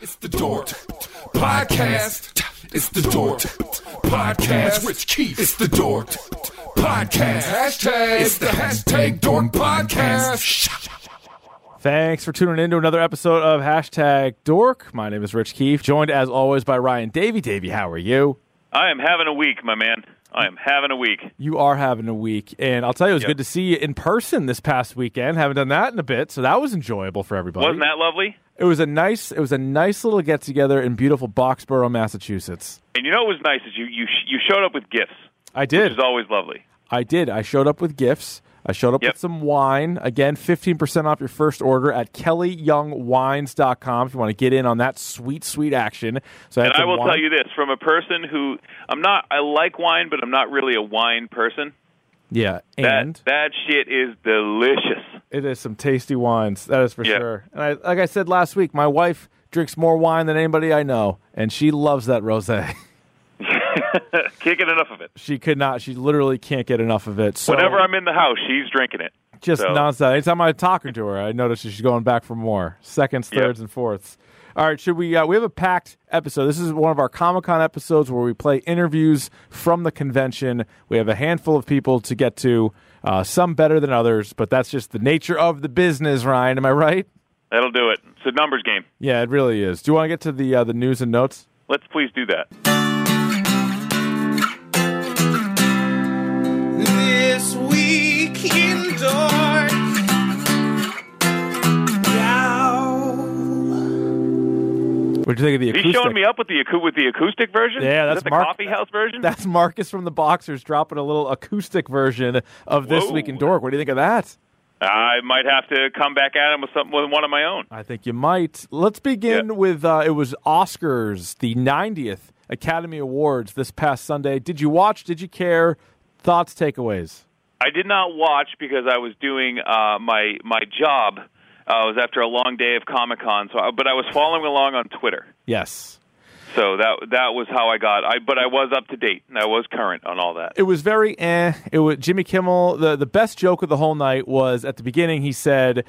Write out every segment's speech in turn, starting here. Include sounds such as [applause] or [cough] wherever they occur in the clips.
It's the Dork Podcast. It's the Dork Podcast. Rich Keith. It's the Dork Podcast. Hashtag. It's the hashtag Dork Podcast. Thanks for tuning in to another episode of Hashtag Dork. My name is Rich Keefe, joined as always by Ryan Davey. Davey, how are you? I am having a week, my man. I am having a week. You are having a week, and I'll tell you, it was good to see you in person this past weekend. Haven't done that in a bit, so that was enjoyable for everybody. Wasn't that lovely? It was a nice, it was a nice little get together in beautiful Boxborough, Massachusetts. And you know what was nice is you you sh- you showed up with gifts, I which did, is always lovely. I did. I showed up with gifts. I showed up Yep. with some wine. Again, 15% off your first order at kellyyoungwines.com if you want to get in on that sweet, sweet action. So And had I some will wine. tell you this from a person who I'm not. I like wine, but I'm not really a wine person. Yeah, That and that shit is delicious. It is some tasty wines, that is for Yeah. sure. And I, like I said last week, my wife drinks more wine than anybody I know, and she loves that rosé. [laughs] Can't get enough of it. she could not, she literally can't get enough of it. So Whenever I'm in the house, she's drinking it. just so- nonstop. Anytime I'm talking to her, I notice that she's going back for more seconds, Yep. thirds, and fourths. All right, should we? Uh, we have a packed episode. This is one of our Comic Con episodes where we play interviews from the convention. We have a handful of people to get to, uh, some better than others, but that's just the nature of the business. Ryan, am I right? That'll do it. It's a numbers game. Yeah, it really is. Do you want to get to the uh, the news and notes? Let's please do that. This week in dark. Now. What do you think of the He's acoustic? showing me up with the acou- with the acoustic version. Yeah, Is that's that the Mark- coffee house version. That's Marcus from the Boxers dropping a little acoustic version of this Whoa. week in Dork. What do you think of that? I might have to come back at him with something with one of my own. I think you might. Let's begin Yeah. with uh, it was Oscars, the 90th Academy Awards this past Sunday. Did you watch? Did you care? Thoughts, takeaways. I did not watch because I was doing uh, my my job. Uh, it was after a long day of Comic Con, so I, but I was following along on Twitter. Yes. So that that was how I got. I but I was up to date and I was current on all that. it was very eh. It was Jimmy Kimmel. the The best joke of the whole night was at the beginning. He said,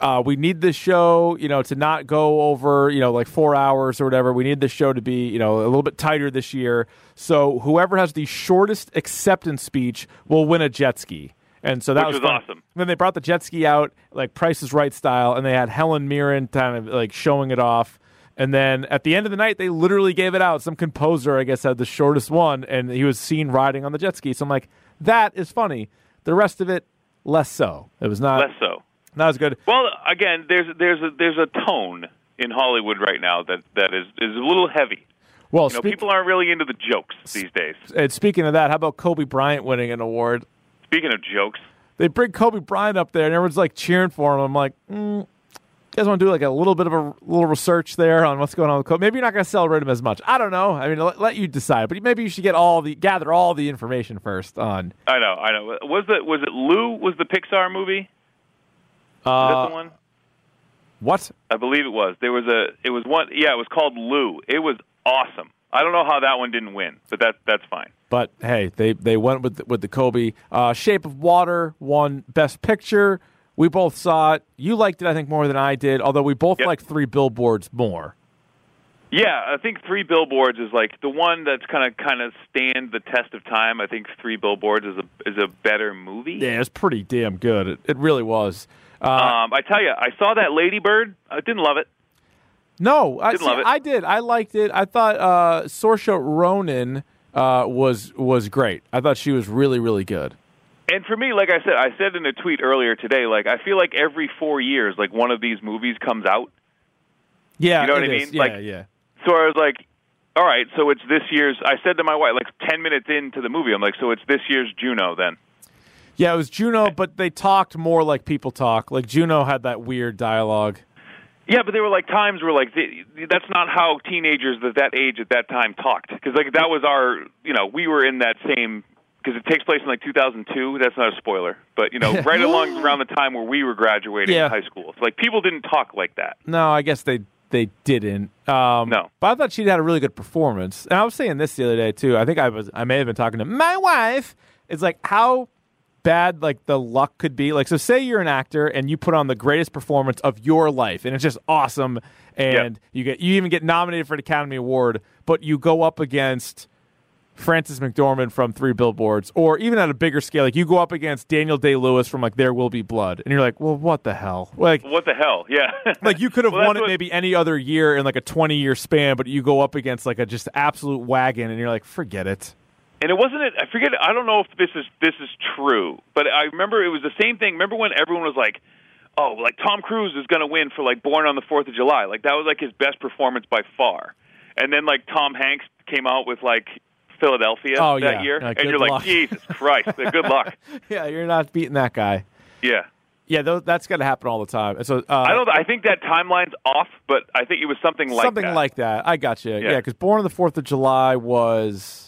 uh, "We need this show, you know, to not go over, you know, like four hours or whatever. We need this show to be, you know, a little bit tighter this year. So whoever has the shortest acceptance speech will win a jet ski." And so that Which was was fun. awesome. Then they brought the jet ski out, like Price is Right style, and they had Helen Mirren kind of like showing it off. And then at the end of the night, they literally gave it out. Some composer, I guess, had the shortest one, and he was seen riding on the jet ski. So I'm like, that is funny. The rest of it, less so. It was not Less so. not as good. Well, again, there's there's a, there's a tone in Hollywood right now that that is is a little heavy. Well, You know, speak- people aren't really into the jokes these days. and speaking of that, how about Kobe Bryant winning an award? Speaking of jokes, They bring Kobe Bryant up there, and everyone's like cheering for him. I'm like, mm, you guys want to do like a little bit of a little research there on what's going on with Kobe? Maybe you're not going to celebrate him as much. I don't know. I mean, let, let you decide. But maybe you should get all the gather all the information first on. I know, I know. Was the was it Lou? Was the Pixar movie? Was that Uh, the one? What? I believe it was. There was a. It was one. Yeah, it was called Lou. It was awesome. I don't know how that one didn't win, but that that's fine. But hey, they they went with the, with the Kobe. Uh, Shape of Water won Best Picture. We both saw it. You liked it, I think, more than I did. Although we both Yep. liked Three Billboards more. Yeah, I think Three Billboards is like the one that's kind of kind of stand the test of time. I think Three Billboards is a is a better movie. Yeah, it's pretty damn good. It, it really was. Uh, Um, I tell you, I saw that Ladybird. I didn't love it. no, I, didn't see, love it. I did. I liked it. I thought uh, Saoirse Ronan uh, was was great. I thought she was really really good. And for me, like I said, I said in a tweet earlier today, like I feel like every four years, like one of these movies comes out. Yeah, You know what it I is. mean? Like- Yeah, yeah. So I was like, all right, so it's this year's. I said to my wife, like ten minutes into the movie, I'm like, so it's this year's Juno then. Yeah, it was Juno, but they talked more like people talk. Like Juno had that weird dialogue. Yeah, but there were like times where like th that's not how teenagers at that age at that time talked because like that was our you know we were in that same because it takes place in like 2002. That's not a spoiler, but you know right along around the time where we were graduating Yeah. high school. So, like people didn't talk like that. No, I guess they they didn't. Um, No. but I thought she had a really good performance. And I was saying this the other day too. I think I was I may have been talking to my wife. It's like how bad like the luck could be? Like, so say you're an actor and you put on the greatest performance of your life, and it's just awesome, and you get you even get nominated for an Academy Award, but you go up against Francis McDormand from Three Billboards, or even at a bigger scale, like you go up against Daniel Day Lewis from like There Will Be Blood, and you're like, well, what the hell? Like, What the hell? Yeah. [laughs] like you could have Well, that's won it what- maybe any other year in like a 20 year span, but you go up against like a just absolute wagon, and you're like, forget it. and it wasn't it. I forget. I don't know if this is this is true, but I remember it was the same thing. Remember when everyone was like, "Oh, like Tom Cruise is going to win for like Born on the Fourth of July." Like that was like his best performance by far. And then like Tom Hanks came out with like Philadelphia Oh, that yeah. year, Yeah, good and you're luck. like, "Jesus Christ, like, good [laughs] luck." Yeah, you're not beating that guy. Yeah. Yeah, tho- that's going to happen all the time. So uh, I don't. I think that timeline's off, but I think it was something like something that. like that. I got you. Yeah, Yeah. because Born on the Fourth of July was.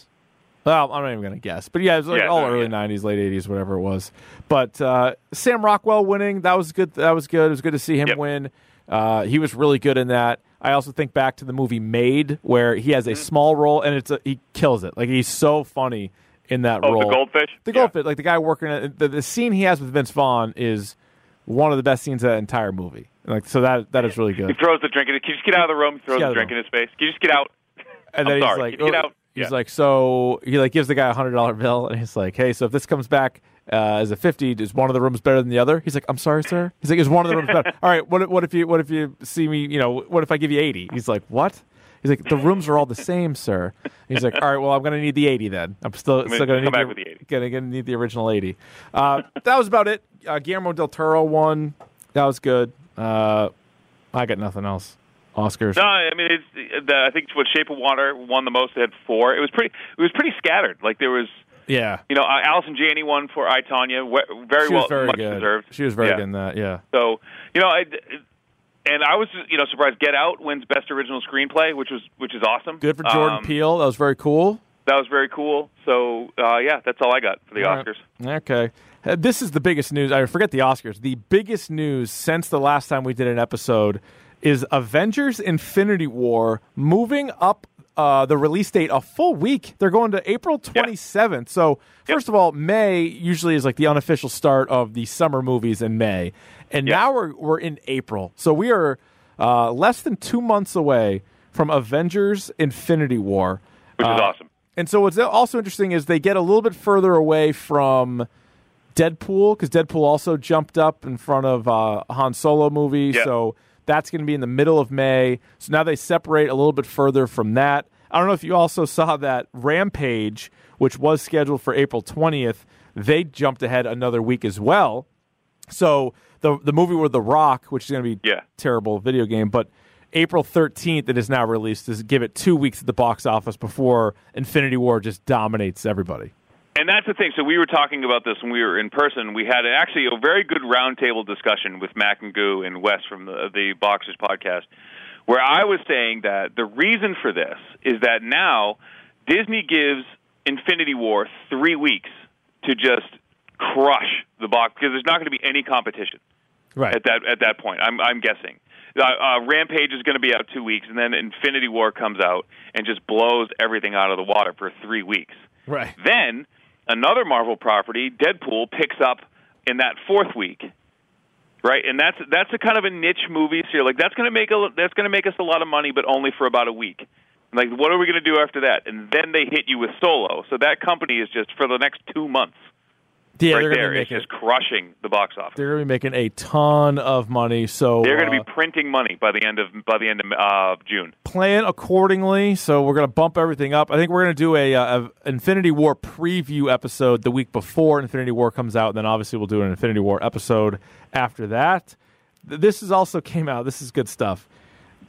Well, I'm not even going to guess, but yeah, it was like Yeah, all no, early yeah. '90s, late '80s, whatever it was. But uh, Sam Rockwell winning that was good. That was good. It was good to see him Yep. win. Uh, he was really good in that. I also think back to the movie Made, where he has a Mm-hmm. small role and it's a, he kills it. Like he's so funny in that Oh, role. the goldfish. The Yeah. goldfish, like the guy working at the, the scene he has with Vince Vaughn is one of the best scenes of that entire movie. Like so that that is really He good. throws the drink in. Can you just get out of the room? He throws Yeah, the drink in his face. Can you just get out? and I'm then sorry, he's like, get oh, out. he's Yeah. like, so he like gives the guy a hundred dollar bill, and he's like, hey, so if this comes back uh, as a fifty, is one of the rooms better than the other? He's like, I'm sorry, sir. He's like, is one of the rooms [laughs] better? All right, what if- what if you what if you see me? You know, what if I give you eighty? He's like, what? He's like, the rooms are all the same, sir. He's like, all right, well, I'm gonna need the eighty then. I'm still still gonna come need back the, with the 80. Gonna, gonna need the original eighty. Uh, that was about it. Uh, Guillermo del Toro won. That was good. Uh, I got nothing else. Oscars. No, I mean it's. The, I think what Shape of Water won the most. It had four. It was pretty. It was pretty scattered. Like there was, Yeah. you know, uh, Allison Janney won for I Tanya. we- Very she well, was very much good. deserved. She was very Yeah. good in that. Yeah. So you know, I and I was you know surprised. Get Out wins Best Original Screenplay, which was which is awesome. Good for Jordan Um, Peele. That was very cool. That was very cool. So uh, yeah, that's all I got for the Oscars. Okay. Uh, This is the biggest news. I forget the Oscars. The biggest news since the last time we did an episode is Avengers Infinity War moving up uh, the release date a full week. They're going to April 27th. So, first of all, May usually is like the unofficial start of the summer movies in May. And now we're, we're in April. So, we are uh, less than two months away from Avengers Infinity War. Which is Uh, awesome. And so what's also interesting is they get a little bit further away from Deadpool because Deadpool also jumped up in front of uh, Han Solo movie. Yeah. So that's going to be in the middle of May. So now they separate a little bit further from that. I don't know if you also [laughs] saw that Rampage, which was scheduled for April 20th, they jumped ahead another week as well. So the the movie with The Rock, which is going to be Yeah. terrible video game, but April 13th it is now released is give it 2 weeks at the box office before Infinity War just dominates everybody. And that's the thing. So we were talking about this when we were in person. We had actually a very good roundtable discussion with Mac and Goo and Wes from the, the Boxers podcast, where I was saying that the reason for this is that now Disney gives Infinity War three weeks to just crush the box because there's not going to be any competition Right. at that at that point. I'm I'm guessing. Uh, uh, Rampage is going to be out two weeks, and then Infinity War comes out and just blows everything out of the water for three weeks. Right. Then another Marvel property, Deadpool, picks up in that fourth week, right? And that's that's a kind of a niche movie. So you're like, that's going to make a that's going to make us a lot of money, but only for about a week. Like, what are we going to do after that? And then they hit you with Solo. So that company is just for the next two months, Yeah, right they're going to there, be it's making just crushing the box office. they're going to be making a ton of money. So They're going uh, to be printing money by the end of by the end of uh, June. plan accordingly. So we're going to bump everything up. I think we're going to do a, uh a Infinity War preview episode the week before Infinity War comes out, and then obviously we'll do an Infinity War episode after that. Th- This is also [laughs] came out. This is good stuff.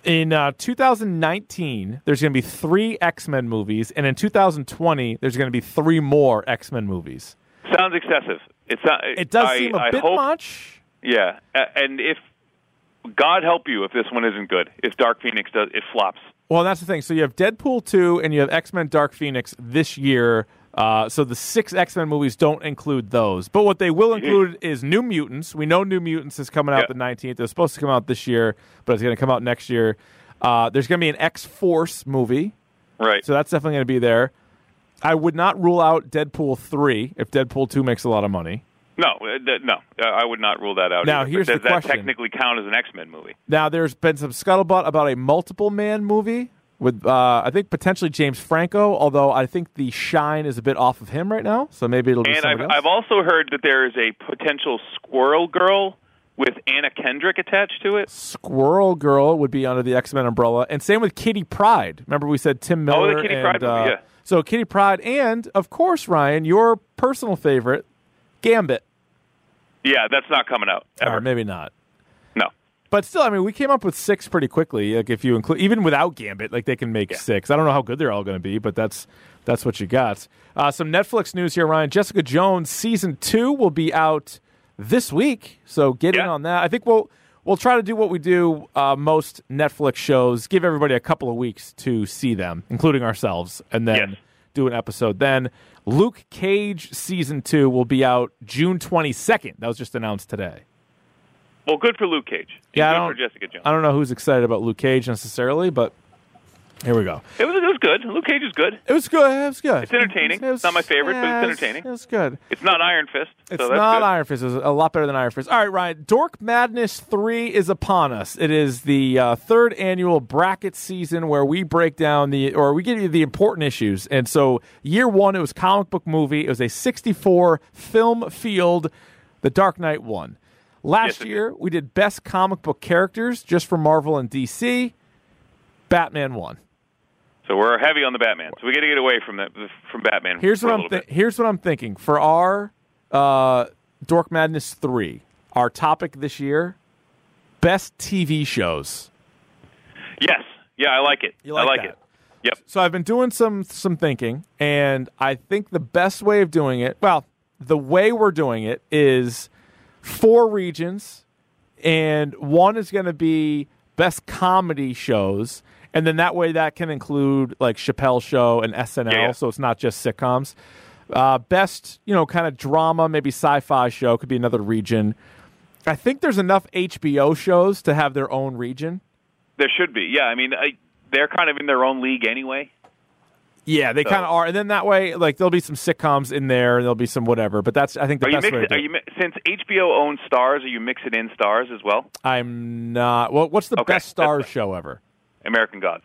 In uh, 2019, there's going to be three X Men movies, and in 2020, there's going to be three more X Men movies. Sounds excessive. It's not, It does I, seem a I bit hope, much. Yeah, A- and if God help you if this one isn't good, if Dark Phoenix does, it flops. Well, that's the thing. So you have Deadpool 2 and you have X Men Dark Phoenix this year. Uh, so the six X Men movies don't include those. But what they will include is New Mutants. We know New Mutants is coming out Yeah. the 19th. It was supposed to come out this year, but it's going to come out next year. Uh, there's going to be an X Force movie. Right. So that's definitely going to be there. I would not rule out Deadpool 3 if Deadpool 2 makes a lot of money. No, uh, th- no, uh, I would not rule that out. Now, either, but here's the does that question. technically count as an X Men movie? Now, there's been some scuttlebutt about a multiple man movie with, uh, I think, potentially James Franco, although I think the shine is a bit off of him right now. So maybe it'll be And I've, somebody I've else. also heard that there is a potential Squirrel Girl with Anna Kendrick attached to it. Squirrel Girl would be under the X Men umbrella. And same with Kitty Pride. Remember, we said Tim Oh, Miller. the Kitty and, Pryde movie, uh, yeah. So Kitty Pride. And, of course, Ryan, your personal favorite, Gambit. Yeah, that's not coming out ever. Or maybe not. no. But still, I mean, we came up with six pretty quickly. Like if you include, even without Gambit, like they can make six. I don't know how good they're all going to be, but that's that's what you got. Uh, some Netflix news here, Ryan. Jessica Jones season two will be out this week, so get in Yeah. on that. I think we'll we'll try to do what we do uh, most Netflix shows: give everybody a couple of weeks to see them, including ourselves, and then Yes. do an episode. Then Luke Cage season two will be out June twenty second. That was just announced today. Well, good for Luke Cage. Yeah, I good don't, for Jessica Jones. I don't know who's excited about Luke Cage necessarily, but here we go. It was it was good. Luke Cage is good. It was good. It was good. It's entertaining. It's not my favorite, but it's it was- entertaining. It was good. It's not Iron Fist. It's so that's not good. Iron Fist. It was a lot better than Iron Fist. All right, Ryan. Dork Madness 3 is upon us. It is the uh, third annual bracket season where we break down the, or we give you the important issues. And so, year one, it was comic book movie. It was a 64 film field. The Dark Knight won. Last Yes, it year, we did best comic book characters just for Marvel and DC. Batman won. So we're heavy on the Batman. So we got to get away from that from Batman. Here's for what a I'm little th- here's what I'm thinking for our uh, Dork Madness three. Our topic this year: best TV shows. bit. Yes. Yeah, I like it. You I like like that. it. Yep. So I've been doing some some thinking, and I think the best way of doing it, well, the way we're doing it is four regions, and one is going to be best comedy shows, and then that way that can include like Chappelle Show and SNL, Yeah, yeah. so it's not just sitcoms. Uh, best, you know, kind of drama, maybe sci-fi show could be another region. I think there's enough HBO shows to have their own region. There should be. Yeah, I mean, I, they're kind of in their own league anyway. Yeah, they So- kind of are, and then that way, like there'll be some sitcoms in there, and there'll be some whatever. But that's I think the Are you best mix, way. To do are it. you mi- since HBO owns Stars, are you mixing in Stars as well? I'm not. Well, what's the Okay, best Stars that's show ever? American Gods.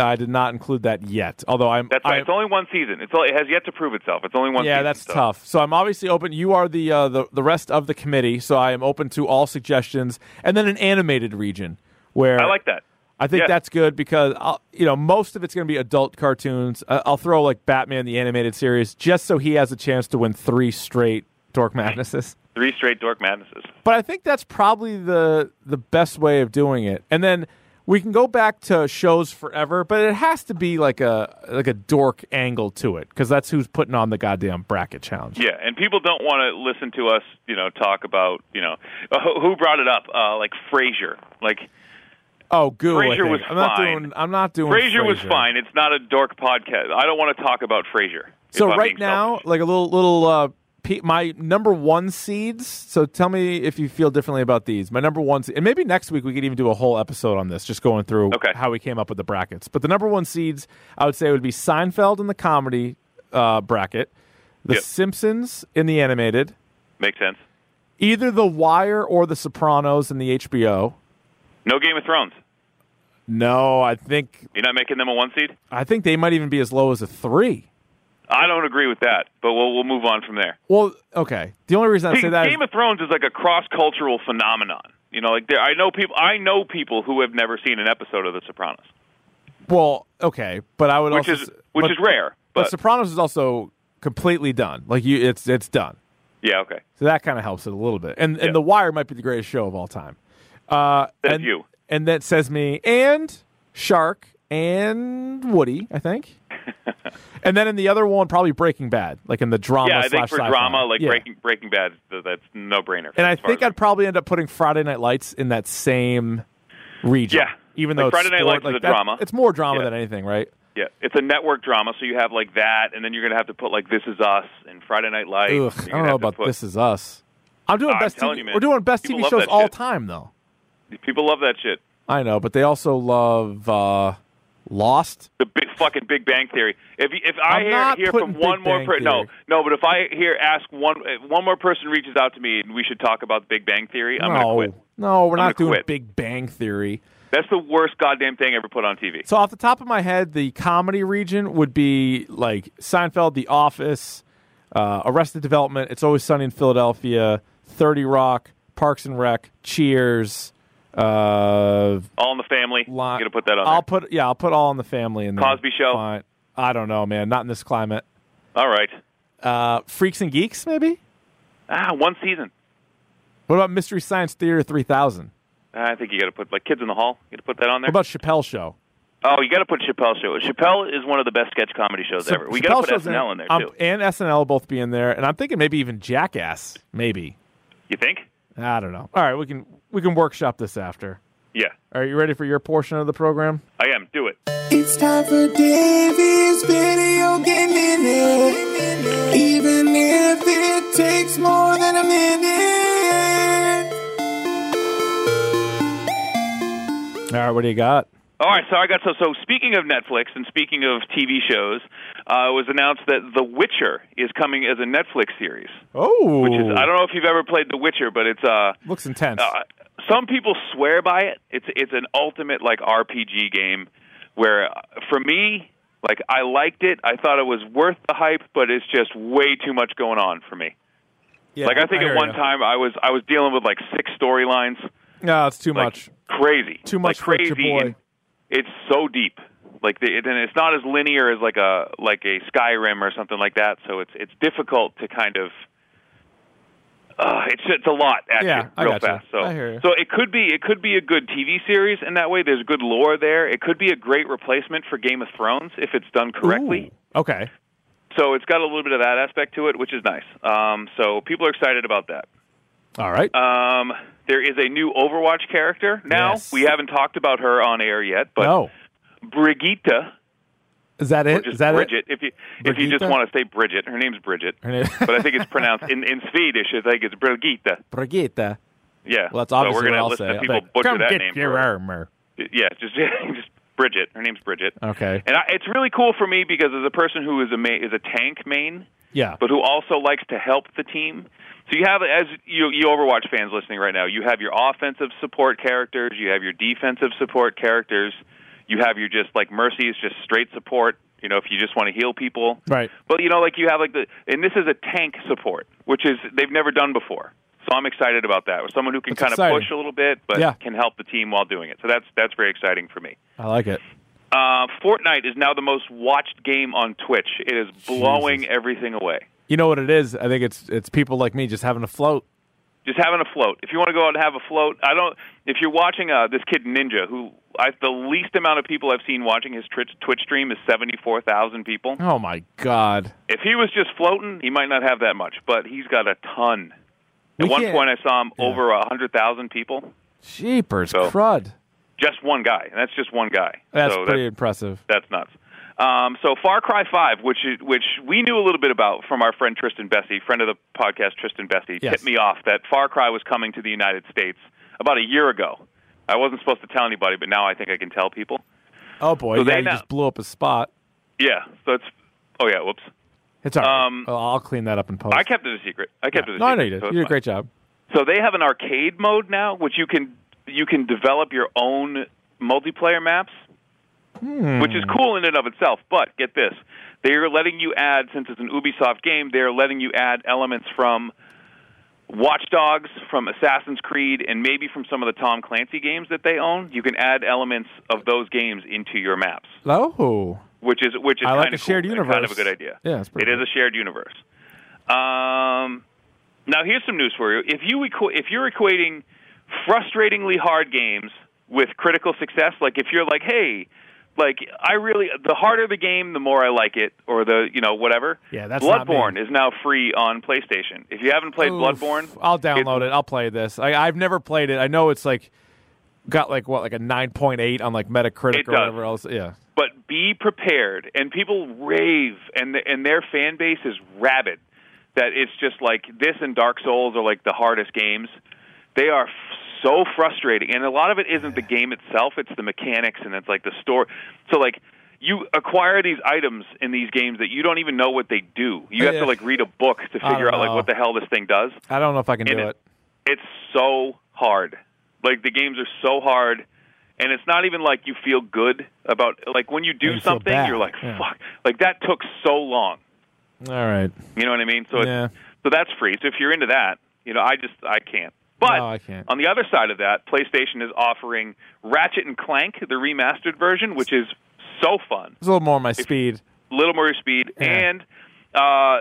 I did not include that yet. Although I'm. That's I- right. It's only one season. It's only, it has yet to prove itself. It's only one. yeah, season, that's so. tough. So I'm obviously open. You are the uh, the the rest of the committee, so I am open to all suggestions, and then an animated region where I like that. I think Yeah. that's good because I'll, you know most of it's going to be adult cartoons. Uh, I'll throw like Batman the animated series just so he has a chance to win three straight Dork Madnesses. Three straight Dork Madnesses. But I think that's probably the the best way of doing it. And then we can go back to shows forever, but it has to be like a like a dork angle to it because that's who's putting on the goddamn bracket challenge. Yeah, and people don't want to listen to us, you know, talk about, you know, uh, who- who brought it up? Uh, like Frasier. Like Oh, goo! I Frasier think. was I'm not fine. doing. I'm not doing. Frasier was Frasier. fine. It's not a dork podcast. I don't want to talk about Frasier. if So I'm right being now, selfish. like a little little uh, pe- my number one seeds. So tell me if you feel differently about these. My number one, se- and maybe next week we could even do a whole episode on this, just going through Okay. how we came up with the brackets. But the number one seeds, I would say, would be Seinfeld in the comedy uh, bracket, The Yep. Simpsons in the animated, makes sense. either The Wire or The Sopranos in the HBO. No Game of Thrones. No, I think You're not making them a one seed. I think they might even be as low as a three. I don't agree with that, but we'll we'll move on from there. Well, okay. The only reason I See, say that is- Game of Thrones is like a cross cultural phenomenon. You know, like there, I know people. I know people who have never seen an episode of The Sopranos, well, okay, but I would which also is s- which but- is rare. But, But Sopranos is also completely done. Like you, it's it's done. yeah, okay, So that kind of helps it a little bit. And and Yeah. The Wire might be the greatest show of all time. Uh, Says and, you. And that says me and Shark and Woody, I think. [laughs] and then in the other one, probably Breaking Bad, like in the drama. yeah. I think slash for sci-fi. drama, like Yeah. Breaking Breaking Bad, th- that's no brainer. And I think I'd probably end up putting Friday Night Lights in that same region. Yeah. Even Like though it's Friday Night sport, Lights is like a that- drama. It's more drama Yeah. than anything, right? yeah, it's a network drama, so you have like that, and then you're gonna have to put like This Is Us and Friday Night Lights. Ugh, You're I gonna don't know have to about put- This Is Us. I'm doing I'm best telling TV. you, man. We're doing best People TV love shows that all shit. time, though. People love that shit. I know, but they also love uh, Lost. The big fucking Big Bang Theory. If if I I'm hear, not hear putting from Big one more Bang person, no, Theory. no, but if I hear ask one if one more person reaches out to me and we should talk about the Big Bang Theory, I'm no, gonna quit. no, we're I'm not gonna doing quit. Big Bang Theory. That's the worst goddamn thing ever put on TV. So off the top of my head, the comedy region would be like Seinfeld, The Office, uh, Arrested Development, It's Always Sunny in Philadelphia, Thirty Rock, Parks and Rec, Cheers. Uh, All in the Family. Lot- you gonna put that on? I'll put yeah, I'll put All in the Family in there. Cosby Show? Fine. I don't know, man. Not in this climate. there? All right. Uh, Freaks and Geeks, maybe. Ah, one season. What about Mystery Science Theater three thousand? Ah, I think you got to put like Kids in the Hall. You got to put that on there. What about Chappelle Show? oh, you got to put Chappelle show. Chappelle is one of the best sketch comedy shows So- ever. We got to Chappelle put Show's SNL in, there um, too. and SNL will both be in there, and I'm thinking maybe even Jackass, maybe. You think? I don't know. All right, we can we can workshop this after. Yeah, Are you ready for your portion of the program? I am. Do it. It's time for Davey's video game minute. Even if it takes more than a minute. All right, what do you got? All right, so I got so so. Speaking of Netflix and speaking of TV shows, uh, it was announced that The Witcher is coming as a Netflix series. Oh, Which is, I don't know if you've ever played The Witcher, but it's uh, looks intense. uh, some people swear by it. It's it's an ultimate like RPG game where uh, for me, like I liked it. I thought it was worth the hype, but it's just way too much going on for me. yeah, Like I think hear at one ya. time I was I was dealing with like six storylines, no, it's too like much. crazy, Too much like, for crazy. your boy. and It's so deep, like the, it- and it's not as linear as like a like a Skyrim or something like that. So it's it's difficult to kind of. Uh, it's it's a lot at Yeah, you I real gotcha. fast. So I hear ya. so it could be it could be a good TV series in that way. There's good lore there. It could be a great replacement for Game of Thrones if it's done correctly. Ooh, okay. So it's got a little bit of that aspect to it, which is nice. Um, so people are excited about that. All right. Um, there is a new Overwatch character now. Yes. We haven't talked about her on air yet, but no, Brigitte, is that it? just Is that Bridget. If you if you just Brigitte? want to say Bridget, her name's Bridget, Her name- but I think it's pronounced in, in Swedish. I think it's Brigitte. it? Brigitte. Yeah. Well, that's so obviously we're gonna what I'll listen say. to I'll people be like, butcher Come that get name. your for her. armor. Yeah, just [laughs] just Bridget. Her name's Bridget. Okay. And I, it's really cool for me because as a person who is a ma- is a tank main, Yeah. but who also likes to help the team. So you have, as you, you Overwatch fans listening right now, you have your offensive support characters, you have your defensive support characters, you have your just like Mercy is just straight support. You know, if you just want to heal people, Right. But you know, like you have like the, and this is a tank support, which is they've never done before. So I'm excited about that. With someone who can That's kind exciting. of push a little bit, but Yeah. can help the team while doing it. So that's that's very exciting for me. I like it. Uh, Fortnite is now the most watched game on Twitch. It is blowing Jesus. everything away. You know what it is? I think it's it's people like me just having a float. just having a float. If you want to go out and have a float, I don't. If you're watching uh, this kid Ninja, who I, the least amount of people I've seen watching his Twitch, Twitch stream is seventy four thousand people. Oh my god. If he was just floating, he might not have that much, but he's got a ton. At We one can't- point, I saw him Yeah. over a hundred thousand people. Jeepers, So- crud. Just one guy, and that's just one guy. That's so pretty impressive. That's, that's nuts. Um, so Far Cry Five, which is- which we knew a little bit about from our friend Tristan Bessie, friend of the podcast Tristan Bessie, Yes. tipped me off that Far Cry was coming to the United States about a year ago. I wasn't supposed to tell anybody, but now I think I can tell people. Oh boy, So yeah, they you know- just blew up a spot. Yeah, so it's oh yeah, whoops. It's all right. Um, Well, I'll clean that up in post. I kept it a secret. I kept it a no, I secret. know you did. so You it's did a fine. great job. So they have an arcade mode now, which you can you can develop your own multiplayer maps, which is cool in and of itself. But get this, they are letting you add since it's an Ubisoft game, they are letting you add elements from Watch Dogs, from Assassin's Creed, and maybe from some of the Tom Clancy games that they own. You can add elements of those games into your maps Oh, which is which is I like kind a of shared cool, and universe. Kind of a good idea. Yeah, it's pretty It is cool. a shared universe. Um, now here's some news for you. If you equa- if you're equating frustratingly hard games with critical success, like if you're like, hey, like I really the harder the game, the more I like it, or the you know whatever. Yeah, that's not me. Bloodborne is now free on PlayStation. If you haven't played Oof. Bloodborne, I'll it's- download it. I'll play this. I, I've never played it. I know it's like got like what like a nine point eight on like Metacritic It or does. whatever else. Yeah. but be prepared. And people rave, and the, and their fan base is rabid. That it's just like this and Dark Souls are like the hardest games. They are f- so frustrating. And a lot of it isn't the game itself; it's the mechanics and it's like the store. So like. You acquire these items in these games that you don't even know what they do. You have Oh, Yeah. to like read a book to I figure don't out like know. what the hell this thing does. I don't know if I can do And it. it- It's so hard. Like the games are so hard, and it's not even like you feel good about like when you You do feel something, bad, you're like, yeah. fuck, like that took so long. All right. You know what I mean? So it's, Yeah. so that's free. So if you're into that, you know, I just I can't. But No, I can't. on the other side of that, PlayStation is offering Ratchet and Clank, the remastered version, which is so fun. It's a little more my speed. Little more speed, Yeah. and uh,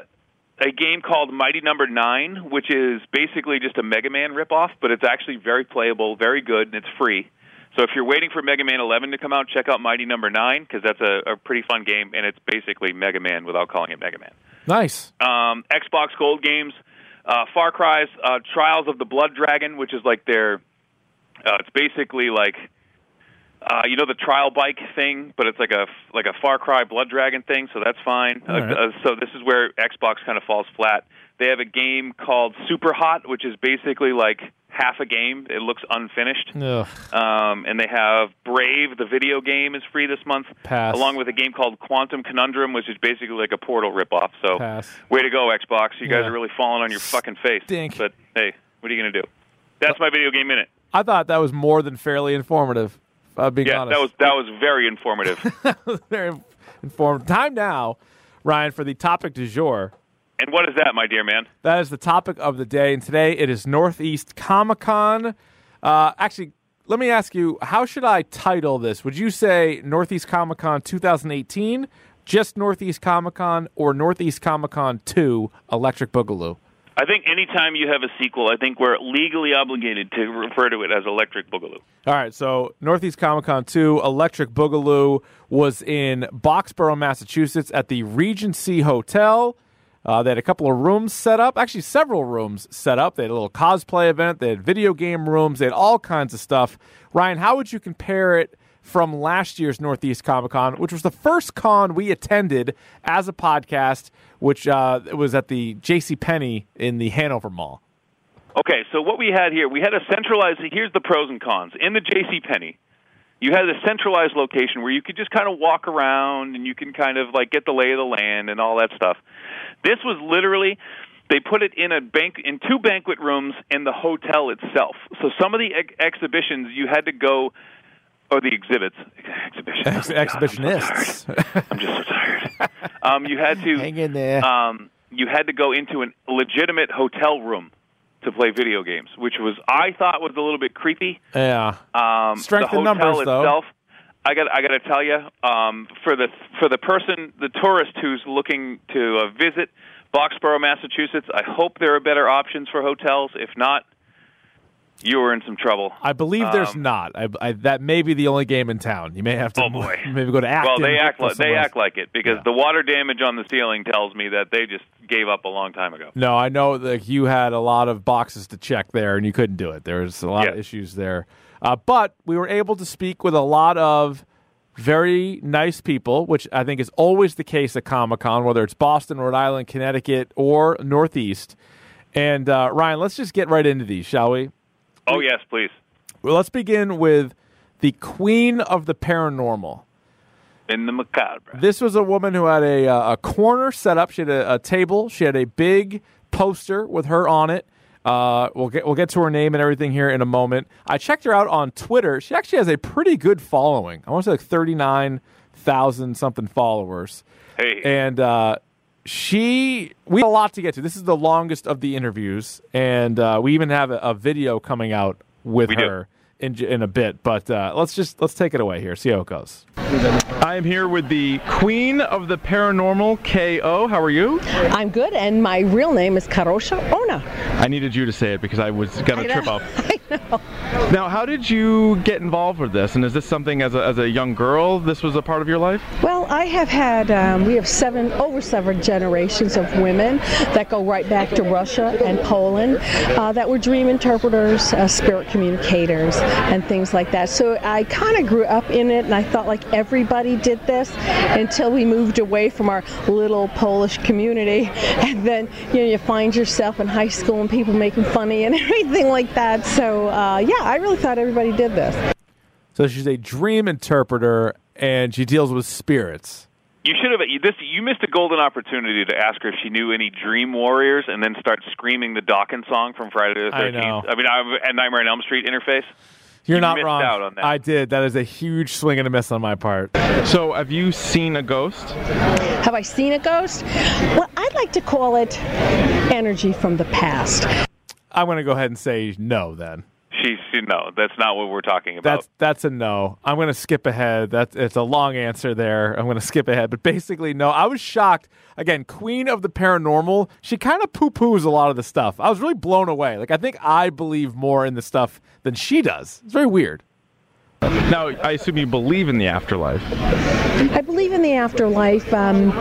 a game called Mighty Number Nine, which is basically just a Mega Man ripoff, but it's actually very playable, very good, and it's free. So if you're waiting for Mega Man 11 to come out, check out Mighty Number Nine because that's a, a pretty fun game, and it's basically Mega Man without calling it Mega Man Nice. um, Xbox Gold games, uh, Far Cry's uh, Trials of the Blood Dragon, which is like their, uh, it's basically like, uh, you know, the trial bike thing, but it's like a like a Far Cry Blood Dragon thing, so that's fine. All right. Uh, uh, so this is where Xbox kind of falls flat. They have a game called Super Hot, which is basically like half a game. It looks unfinished. Ugh. Um, and they have Brave, the video game, is free this month, Pass. along with a game called Quantum Conundrum, which is basically like a Portal ripoff. So, Pass. way to go, Xbox! You guys Yeah. are really falling on your fucking face. Stink. But hey, what are you gonna do? That's my video game minute. I thought that was more than fairly informative. if I'm being Yeah, honest. that was that was very [laughs] informative. very informed. Time now, Ryan, for the topic du jour. and what is that, my dear man? That is the topic of the day, and today it is Northeast Comic Con. Uh, actually, let me ask you: How should I title this? Would you say Northeast Comic Con 2018, just Northeast Comic Con, or Northeast Comic Con 2 Electric Boogaloo? I think anytime you have a sequel, I think we're legally obligated to refer to it as Electric Boogaloo. All right, so Northeast Comic Con 2 Electric Boogaloo was in Boxborough, Massachusetts at the Regency Hotel. Uh, they had a couple of rooms set up, actually, several rooms set up. They had a little cosplay event, they had video game rooms, they had all kinds of stuff. Ryan, how would you compare it from last year's Northeast Comic Con, which was the first con we attended as a podcast, which uh, was at the JCPenney in the Hanover Mall? Okay, so what we had here, we had a centralized. Here's the pros and cons. In the J.C. Penney, you had a centralized location where you could just kind of walk around and you can kind of like get the lay of the land and all that stuff. This was literally they put it in a bank in two banquet rooms in the hotel itself. So some of the ex- exhibitions you had to go or the exhibits Oh exhibitions Ex- exhibitionists. I'm just so tired. Um, you had to [laughs] Hang in there. Um, you had to go into an legitimate hotel room to play video games, which was I thought was a little bit creepy. yeah. Um, Strength the in hotel numbers, though. itself. I got I got to tell you, um, for the for the person, the tourist who's looking to uh, visit Boxborough, Massachusetts, I hope there are better options for hotels. If not, you are in some trouble. I believe there's Um, not. I, I, that may be the only game in town. You may have to Oh, boy. [laughs] maybe go to Acton. Well, they act or like they somewhere act else. like it because the water damage on the ceiling tells me that they just gave up a long time ago. No, I know that you had a lot of boxes to check there, and you couldn't do it. There was a lot of Yeah. issues there, uh, but we were able to speak with a lot of very nice people, which I think is always the case at Comic Con, whether it's Boston, Rhode Island, Connecticut, or Northeast. And uh, Ryan, let's just get right into these, shall we? Oh yes, please. Well, let's begin with the Queen of the Paranormal. In the macabre. This was a woman who had a, uh, a corner set up. She had a, a table. She had a big poster with her on it. Uh, we'll get we'll get to her name and everything here in a moment. I checked her out on Twitter. She actually has a pretty good following. I want to say like thirty nine thousand something followers. Hey. and uh, she we have a lot to get to. This is the longest of the interviews, and uh, we even have a, a video coming out with We do. her in j- in a bit. But uh, let's just let's take it away here. See how it goes. I am here with the queen of the paranormal, KO. How are you? I'm good, and my real name is Karosha Ona. I needed you to say it because I was gonna [laughs] I know. trip up. Now, how did you get involved with this? And is this something as a, as a young girl, this was a part of your life? Well, I have had, um, we have seven, over seven generations of women that go right back to Russia and Poland uh, that were dream interpreters, uh, spirit communicators, and things like that. So I kind of grew up in it, and I thought like everybody did this until we moved away from our little Polish community. [laughs] And then, you know, you find yourself in high school and people making funny and [laughs] everything like that. So So, uh, yeah, I really thought everybody did this. So she's a dream interpreter and she deals with spirits. You should have you, this. You missed a golden opportunity to ask her if she knew any Dream Warriors, and then start screaming the Dawkins song from Friday the I Thirteenth. know. I mean, I'm at Nightmare on Elm Street interface. You're You not missed wrong. out on that. I did. That is a huge swing and a miss on my part. So, have you seen a ghost? Have I seen a ghost? Well, I'd like to call it energy from the past. I'm going to go ahead and say no then. She's she, no, that's not what we're talking about. That's that's a no. I'm going to skip ahead. That's it's a long answer there. I'm going to skip ahead, but basically no. I was shocked. Again, Queen of the Paranormal. She kind of poo poos a lot of the stuff. I was really blown away. Like I think I believe more in the stuff than she does. It's very weird. Now, I assume you believe in the afterlife. I believe in the afterlife. Um,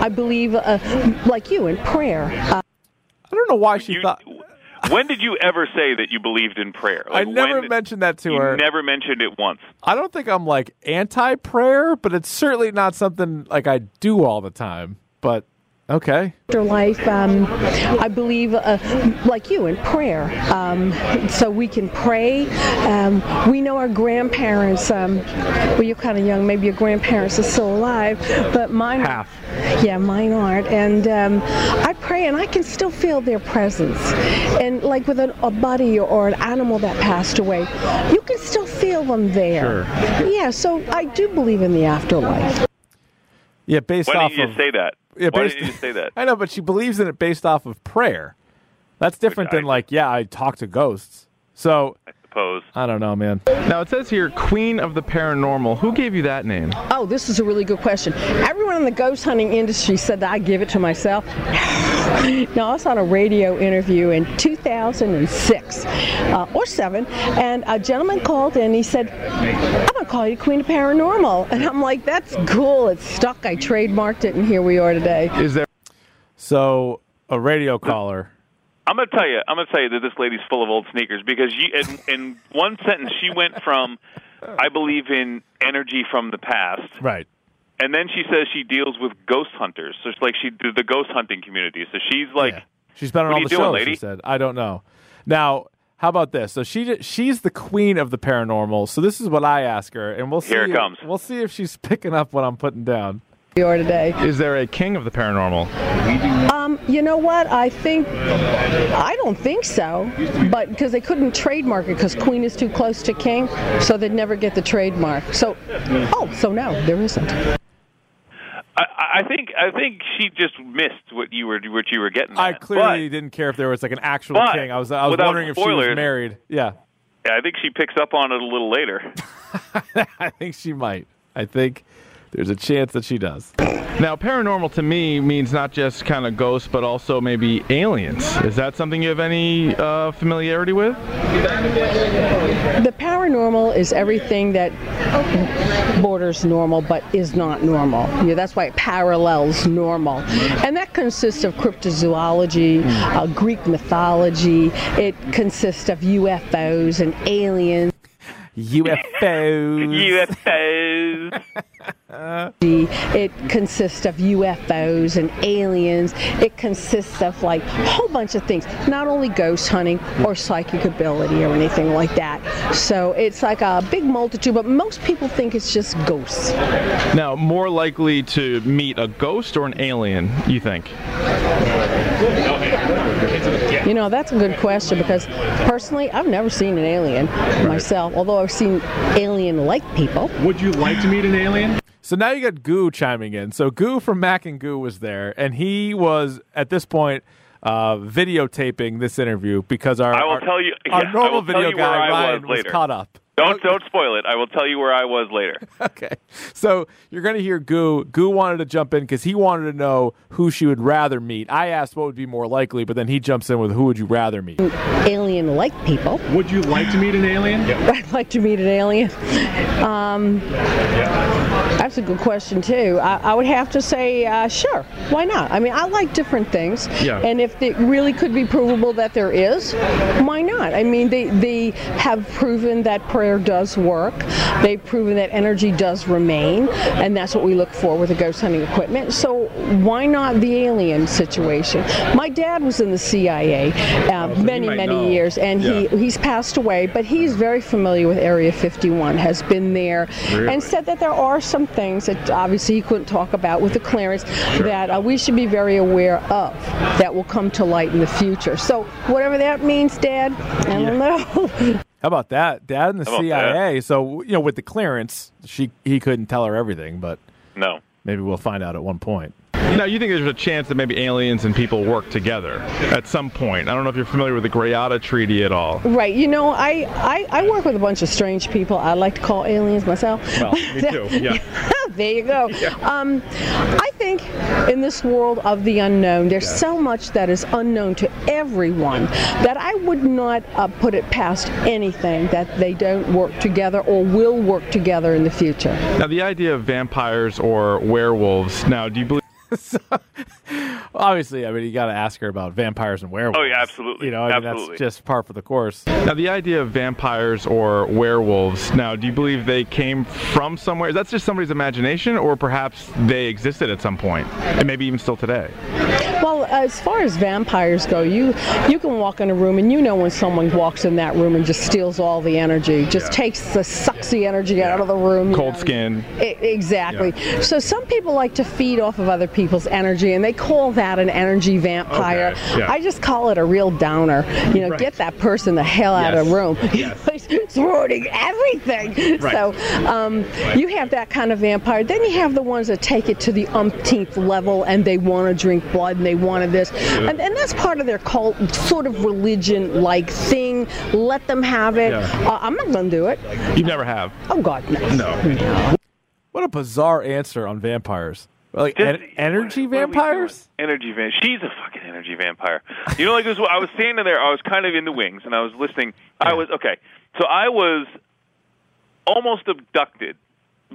I believe, uh, like you, in prayer. Uh, I don't know why she You- thought. when did you ever say that you believed in prayer? I Like, never when- mentioned that to you her. never mentioned it once. I don't think I'm like anti prayer, but it's certainly not something like I do all the time. But okay. afterlife. Um, I believe, uh, like you, in prayer. Um, so we can pray. Um, we know our grandparents. Um, well, you're kind of young. Maybe your grandparents are still alive, but mine. Half. Yeah, mine aren't. And um, I pray, and I can still feel their presence. And like with an, a buddy or an animal that passed away, you can still feel them there. Sure. Yeah. So I do believe in the afterlife. Yeah, based Why off didn't you of just say that? Yeah, Why based- didn't you just say that? I know, but she believes in it based off of prayer. That's different Which I- than like, yeah, I talk to ghosts. So Suppose. I don't know, man. Now, it says here, Queen of the Paranormal. Who gave you that name? Oh, this is a really good question. Everyone in the ghost hunting industry said that I give it to myself. [sighs] no, I was on a radio interview in 2006 uh, or 7, and a gentleman called and he said, I'm going to call you Queen of Paranormal. [laughs] And I'm like, that's cool. It's stuck. I trademarked it, and here we are today. Is there So a radio caller. I'm gonna tell you. I'm gonna tell you that this lady's full of old sneakers because you, in, in one sentence, she went from "I believe in energy from the past," Right. and then she says she deals with ghost hunters. So it's like she did the ghost hunting community. So she's like, Yeah. She's been What on all are the you doing, shows. She lady? said, "I don't know." Now, how about this? So she she's the queen of the paranormal. So this is what I ask her, and we'll see. Here it comes. We'll see if she's [laughs] picking up what I'm putting down. We are today. is there a king of the paranormal? Um, you know what? I think I don't think so, but because they couldn't trademark it because Queen is too close to King, so they'd never get the trademark. So, oh, so no, there isn't. I, "I think, I think she just missed what you were, what you were getting." I at. clearly But didn't care if there was like an actual but king. I was I was without wondering if she was spoilers- married. Yeah, I think she picks up on it a little [laughs] later. I [laughs] think she might. I think there's a chance that she does. Now, paranormal to me means not just kind of ghosts, but also maybe aliens. Is that something you have any uh, familiarity with? The paranormal is everything that borders normal but is not normal. Yeah, that's why it parallels normal. And that consists of cryptozoology, uh, Greek mythology, it consists of UFOs and aliens, [laughs] UFOs. UFOs. it consists of UFOs and aliens, it consists of like a whole bunch of things, not only ghost hunting or psychic ability or anything like that. So it's like a big multitude, but most people think it's just ghosts. Now, more likely to meet a ghost or an alien, you think? You know, that's a good question because personally, I've never seen an alien myself, although I've seen alien like people. Would you like to meet an alien? So now you got Goo chiming in. So Goo from Mac and Goo was there, and he was at this point uh, videotaping this interview because our I will our, tell you- our yeah, I normal will tell video you where guy I Ryan was was later. caught up. Don't, don't spoil it. I will tell you where I was later. Okay, so you're going to hear Goo. Goo wanted to jump in because he wanted to know who she would rather meet. I asked what would be more likely, but then he jumps in with who would you rather meet? Alien like people. Would you [laughs] like to meet an alien? I'd like to meet an alien. Um, I've that's a good question too. I, I would have to say, uh, sure, why not? I mean, I like different things, Yeah. and if it really could be provable that there is, why not? I mean, they they have proven that prayer does work. They've proven that energy does remain, and that's what we look for with the ghost hunting equipment. So why not the alien situation? My dad was in the CIA uh, many Oh, might many know. years, and he Yeah. he's passed away, but he's very familiar with Area 51, has been there, Really? and said that there are some things that obviously he couldn't talk about with the clearance that uh, we should be very aware of that will come to light in the future. So, whatever that means, Dad, I don't know. [laughs] How about that? Dad and the about CIA. So you know, with the clearance, she he couldn't tell her everything, but No. maybe we'll find out at one point. Now, you think there's a chance that maybe aliens and people work together at some point. I don't know if you're familiar with the Grayada Treaty at all. right, you know, I, I, I work with a bunch of strange people. I like to call aliens myself. Well, [laughs] me too, [laughs] yeah. there you go. Um, I think in this world of the unknown, there's so much that is unknown to everyone that I would not uh, put it past anything that they don't work together or will work together in the future. Now, the idea of vampires or werewolves, now, do you believe? Obviously, I mean, you got to ask her about vampires and werewolves. Oh, yeah, absolutely. You know, I mean, Absolutely. that's just par for the course. Now, the idea of vampires or werewolves, now, do you believe they came from somewhere? Is that just somebody's imagination, or perhaps they existed at some point, and maybe even still today? Well, as far as vampires go, you you can walk in a room and you know when someone walks in that room and just steals all the energy, just takes the sucks the energy out of the room. you Cold know. skin. E- Exactly. So some people like to feed off of other people's energy, and they call that an energy vampire. Okay, yeah. I just call it a real downer. You know, get that person the hell out of the Yes, room. [laughs] it's ruining everything. So um, you have that kind of vampire. Then you have the ones that take it to the umpteenth level, and they want to drink blood, and they wanted this, and, and that's part of their cult, sort of religion-like thing. Let them have it. Yeah. Uh, I'm not going to do it. You never have. Oh God, no. What a bizarre answer on vampires. Like Just- en- energy what are we vampires? doing? Energy vampire. She's a fucking energy vampire. You know, like this. I was standing there. I was kind of in the wings, and I was listening. I was okay. So I was almost abducted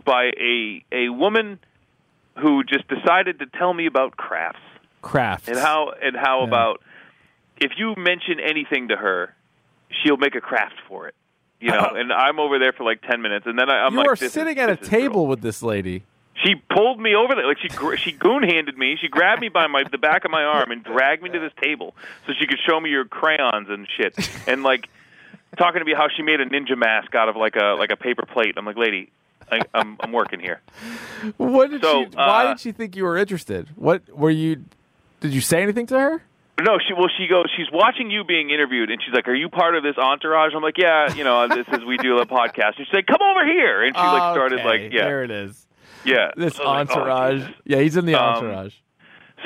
by a a woman who just decided to tell me about crafts Crafts. and how and how about if you mention anything to her, she'll make a craft for it. You [laughs] know, and I'm over there for like ten minutes, and then I, I'm you like, are this is- sitting at a this is brutal. table with this lady. She pulled me over there, like she gr- she goon handed me. She grabbed me by my the back of my arm and dragged me to this table so she could show me your crayons and shit, and like talking to me how she made a ninja mask out of like a like a paper plate. I'm like, lady, I, I'm I'm working here. What did So, she? Why uh, did she think you were interested? What were you? Did you say anything to her? No, she well, she goes. She's watching you being interviewed, and she's like, "Are you part of this entourage?" I'm like, "Yeah, you know, this is we do a podcast." And she's like, "Come over here," and she like started like, "Yeah, there it is. yeah." This I was like, oh, entourage. Jesus. yeah, he's in the Um, entourage.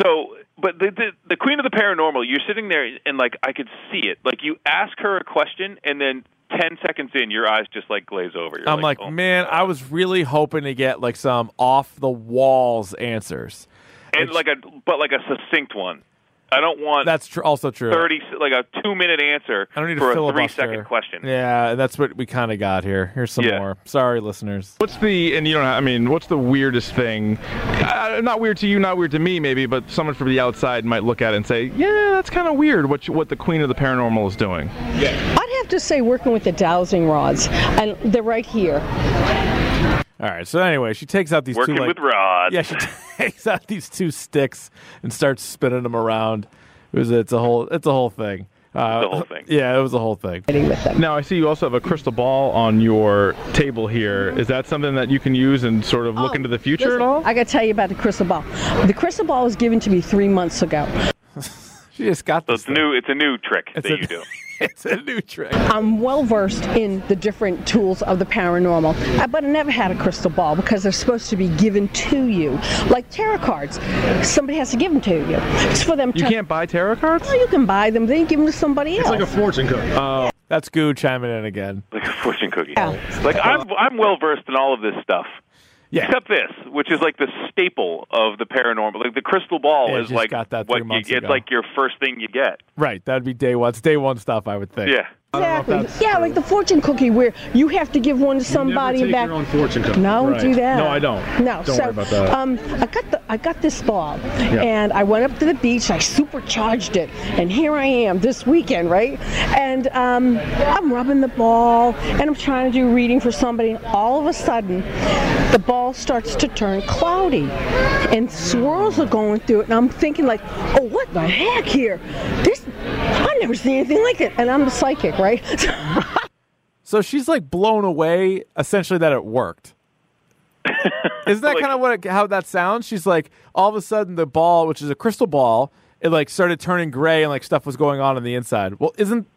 So, but the, the the queen of the paranormal, you're sitting there and like I could see it. Like you ask her a question, and then ten seconds in, your eyes just like glaze over. You're I'm like, oh. man, I was really hoping to get like some off the walls answers. and like a but like a succinct one. I don't want That's tr- also true. thirty like a two minute answer I don't need for to a three filibuster. second question. Yeah, and that's what we kind of got here. Here's some Yeah. more. Sorry, listeners. What's the and you don't I mean what's the weirdest thing? Uh, not weird to you, not weird to me, maybe, but someone from the outside might look at it and say, yeah, that's kind of weird. What you, what the Queen of the Paranormal is doing? I'd have to say working with the dowsing rods, and they're right here. All right. So anyway, she takes out these Working two. Like, with Rod. [laughs] Yeah, she takes out these two sticks and starts spinning them around. It was it's a whole it's a whole thing. Uh, It's a whole thing. Yeah, it was a whole thing. Meeting with them. Now I see you also have a crystal ball on your table here. Is that something that you can use and sort of look into the future Oh, Listen, at all? I got to tell you about the crystal ball. The crystal ball was given to me three months ago. She just got So this. it's thing. new. It's a new trick that a- you do. [laughs] it's a new trick. I'm well versed in the different tools of the paranormal, uh, but I never had a crystal ball because they're supposed to be given to you, like tarot cards. Somebody has to give them to you. It's for them. you to, can't buy tarot cards. Well, you can buy them. Then you give them to somebody else. fortune cookie. That's Goo chiming in again. Like a fortune cookie. Yeah. Like I'm I'm well versed in all of this stuff. Yeah. Except this, which is like the staple of the paranormal. Like the crystal ball Yeah, is just like got that three what you, months it's ago. like your first thing you get. Right, that'd be day one. It's day one stuff, I would think. Yeah. Exactly. Yeah, like the fortune cookie where you have to give one to somebody Never take and back. your own fortune cookie. No, Right. do that. No, I don't. No, Don't so worry about that. um, I got the I got this ball, and I went up to the beach. I supercharged it, and here I am this weekend, right? And um, I'm rubbing the ball, and I'm trying to do reading for somebody. And all of a sudden, the ball starts to turn cloudy, and swirls are going through it. And I'm thinking like, oh, what the heck here? This I've never seen anything like it. And I'm the psychic, right? [laughs] So she's like blown away, essentially that [laughs] it worked. Isn't that Like- kind of what it, how that sounds? She's like, all of a sudden, the ball, which is a crystal ball, it like started turning gray and like stuff was going on on the inside. Well, isn't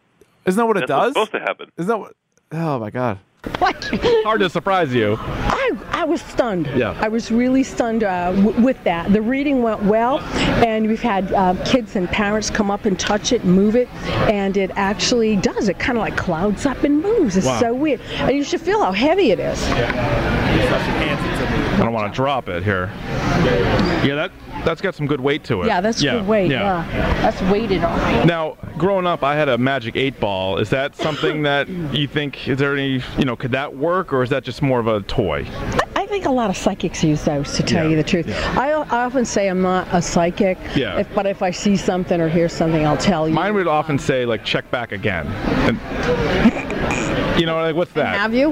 isn't that what it That's what's does? supposed to happen. Isn't that what? Oh my god! like, Hard to surprise you. I, I was stunned. Yeah. I was really stunned uh, w- with that. The reading went well, and we've had uh, kids and parents come up and touch it, move it, and it actually does. It kind of like clouds up and moves. It's Wow. so weird. And you should feel how heavy it is. I don't want to drop it here. Yeah, that that's got some good weight to it. Yeah, that's Yeah, good weight. yeah. Yeah. That's weighted on. Now, growing up, I had a magic eight ball. Is that something that you think is there any you know could that work or is that just more of a toy? I think a lot of psychics use those, to tell Yeah, you the truth. yeah. I, I often say I'm not a psychic, Yeah. if, but if I see something or hear something, I'll tell you. Mine would often say like check back again. And, [laughs] you know, like what's that? Have you?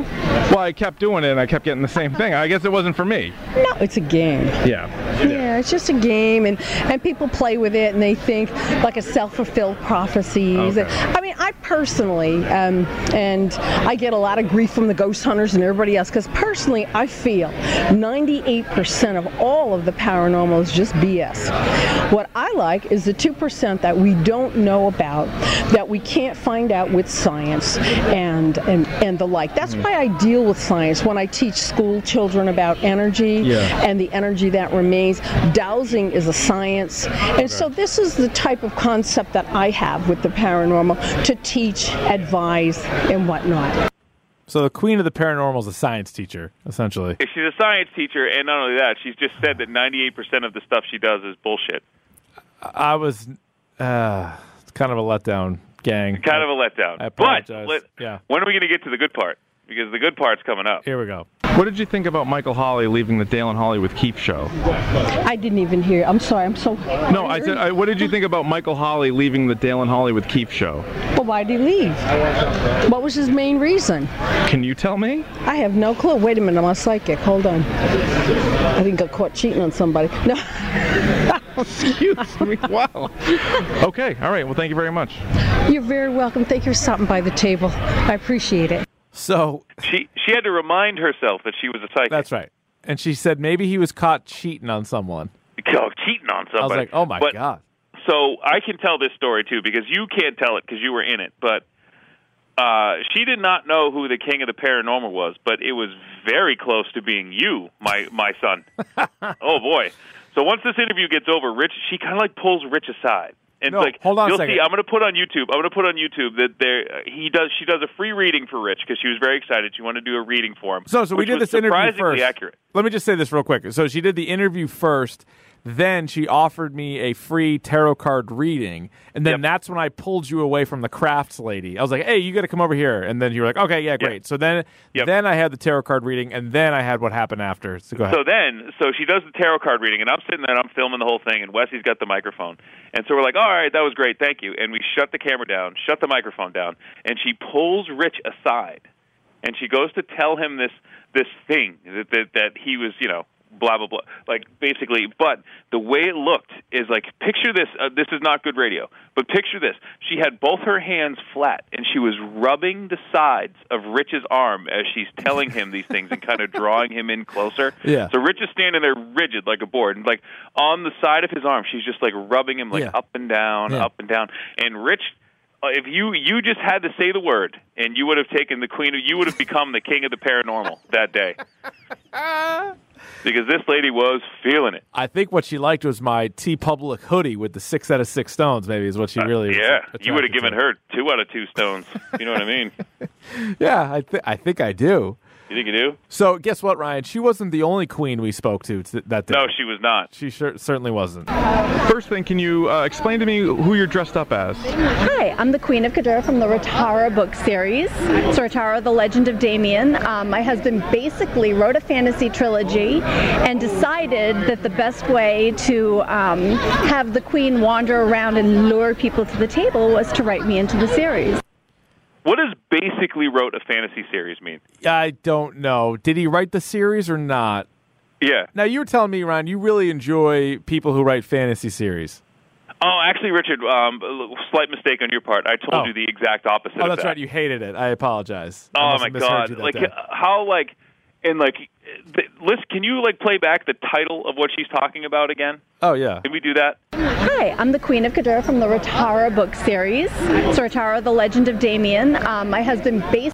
Well, I kept doing it and I kept getting the same thing. I guess it wasn't for me. No, it's a game. Yeah. Yeah, it's just a game, and, and people play with it, and they think like a self-fulfilled prophecies. Okay. I mean, I personally, um, and I get a lot of grief from the ghost hunters and everybody else, because personally, I feel 98% of all of the paranormal is just BS. What I like is the 2% that we don't know about, that we can't find out with science and and, and the like. That's why I deal with science when I teach school children about energy Yeah. and the energy that remains. Dowsing is a science. And so this is the type of concept that I have with the paranormal to teach, advise, and whatnot. So the queen of the paranormal is a science teacher, essentially. She's a science teacher, and not only that, she's just said that 98% of the stuff she does is bullshit. I was, uh, it's kind of a letdown, gang. Kind of a letdown. I apologize. But let- Yeah. when are we going to get to the good part? Because the good part's coming up. Here we go. What did you think about Michael Holly leaving the Dale and Holly with Keep show? I didn't even hear. I'm sorry. I'm so. No, I said. I, what did you think about Michael Holly leaving the Dale and Holly with Keep show? But why did he leave? What was his main reason? Can you tell me? [laughs] I have no clue. Wait a minute. I'm a psychic. Hold on. I think I got caught cheating on somebody. [laughs] No. Excuse me. Wow. Okay. All right. Well, thank you very much. [laughs] You're very welcome. Thank you for stopping by the table. I appreciate it. So She she had to remind herself that she was a psychic. that's right. And she said maybe he was caught cheating on someone. Oh, cheating on somebody. I was like, oh my But- god. So I can tell this story too because you can't tell it because you were in it. But uh, she did not know who the king of the paranormal was, but it was very close to being you, my my [laughs] son. oh boy! So once this interview gets over, Rich, she kind of like pulls Rich aside. And No, it's like, hold on a you'll second. see. I'm going to put on YouTube. I'm going to put on YouTube that there he does. She does a free reading for Rich because she was very excited. She wanted to do a reading for him. So, so we which did was this interview surprisingly first. accurate. Let me just say this real quick. So she did the interview first, then she offered me a free tarot card reading, and then Yep. that's when I pulled you away from the crafts lady. I was like, "Hey, you got to come over here," and then you were like, "Okay, yeah, great." So then, Yep. then I had the tarot card reading, and then I had what happened after. So go ahead. So then, so she does the tarot card reading, and I'm sitting there and I'm filming the whole thing, and Wesley's got the microphone. And so we're like, all right, that was great, thank you. And we shut the camera down, shut the microphone down, and she pulls Rich aside, and she goes to tell him this this thing that that, that he was, you know, blah blah blah, like basically. But the way it looked is like, picture this. Uh, this is not good radio, but picture this. She had both her hands flat, and she was rubbing the sides of Rich's arm as she's telling him these things and kind of drawing him in closer. Yeah. So Rich is standing there rigid like a board, and like on the side of his arm, she's just like rubbing him like Yeah. up and down, Yeah. up and down. And Rich, uh, if you you just had to say the word, and you would have taken the queen, of you would have become the king of the paranormal that [laughs] day, because this lady was feeling it. I think what she liked was my T Public hoodie with the six out of six stones. Maybe is what she really. was Uh, Yeah, you would have attracted given to. her two out of two stones. You know what I mean? Yeah, I, th- I think I do. You think you [laughs] do? So guess what, Ryan? She wasn't the only queen we spoke to t- that day. No, she was not. she cer- certainly wasn't. First thing, can you uh, explain to me who you're dressed up as? Hi, I'm the Queen of Kadura from the Rotara book series. So Rotara, The Legend of Damien. Um, my husband basically wrote a fantasy trilogy and decided that the best way to um, have the Queen wander around and lure people to the table was to write me into the series. What does basically wrote a fantasy series mean? I don't know. Did he write the series or not? Yeah. Now you were telling me, Ryan, you really enjoy people who write fantasy series. Oh, actually, Richard, um, a little- slight mistake on your part. I told Oh. you the exact opposite. Oh, of that's that. right. You hated it. I apologize. I Oh must my have misheard god! you that Like day. uh, how like and like th- list. Can you like play back the title of what she's talking about again? oh yeah. Can we do that? Hi, I'm the Queen of Kadura from the Rotara book series. So Rotara, The Legend of Damien. Um, my husband basically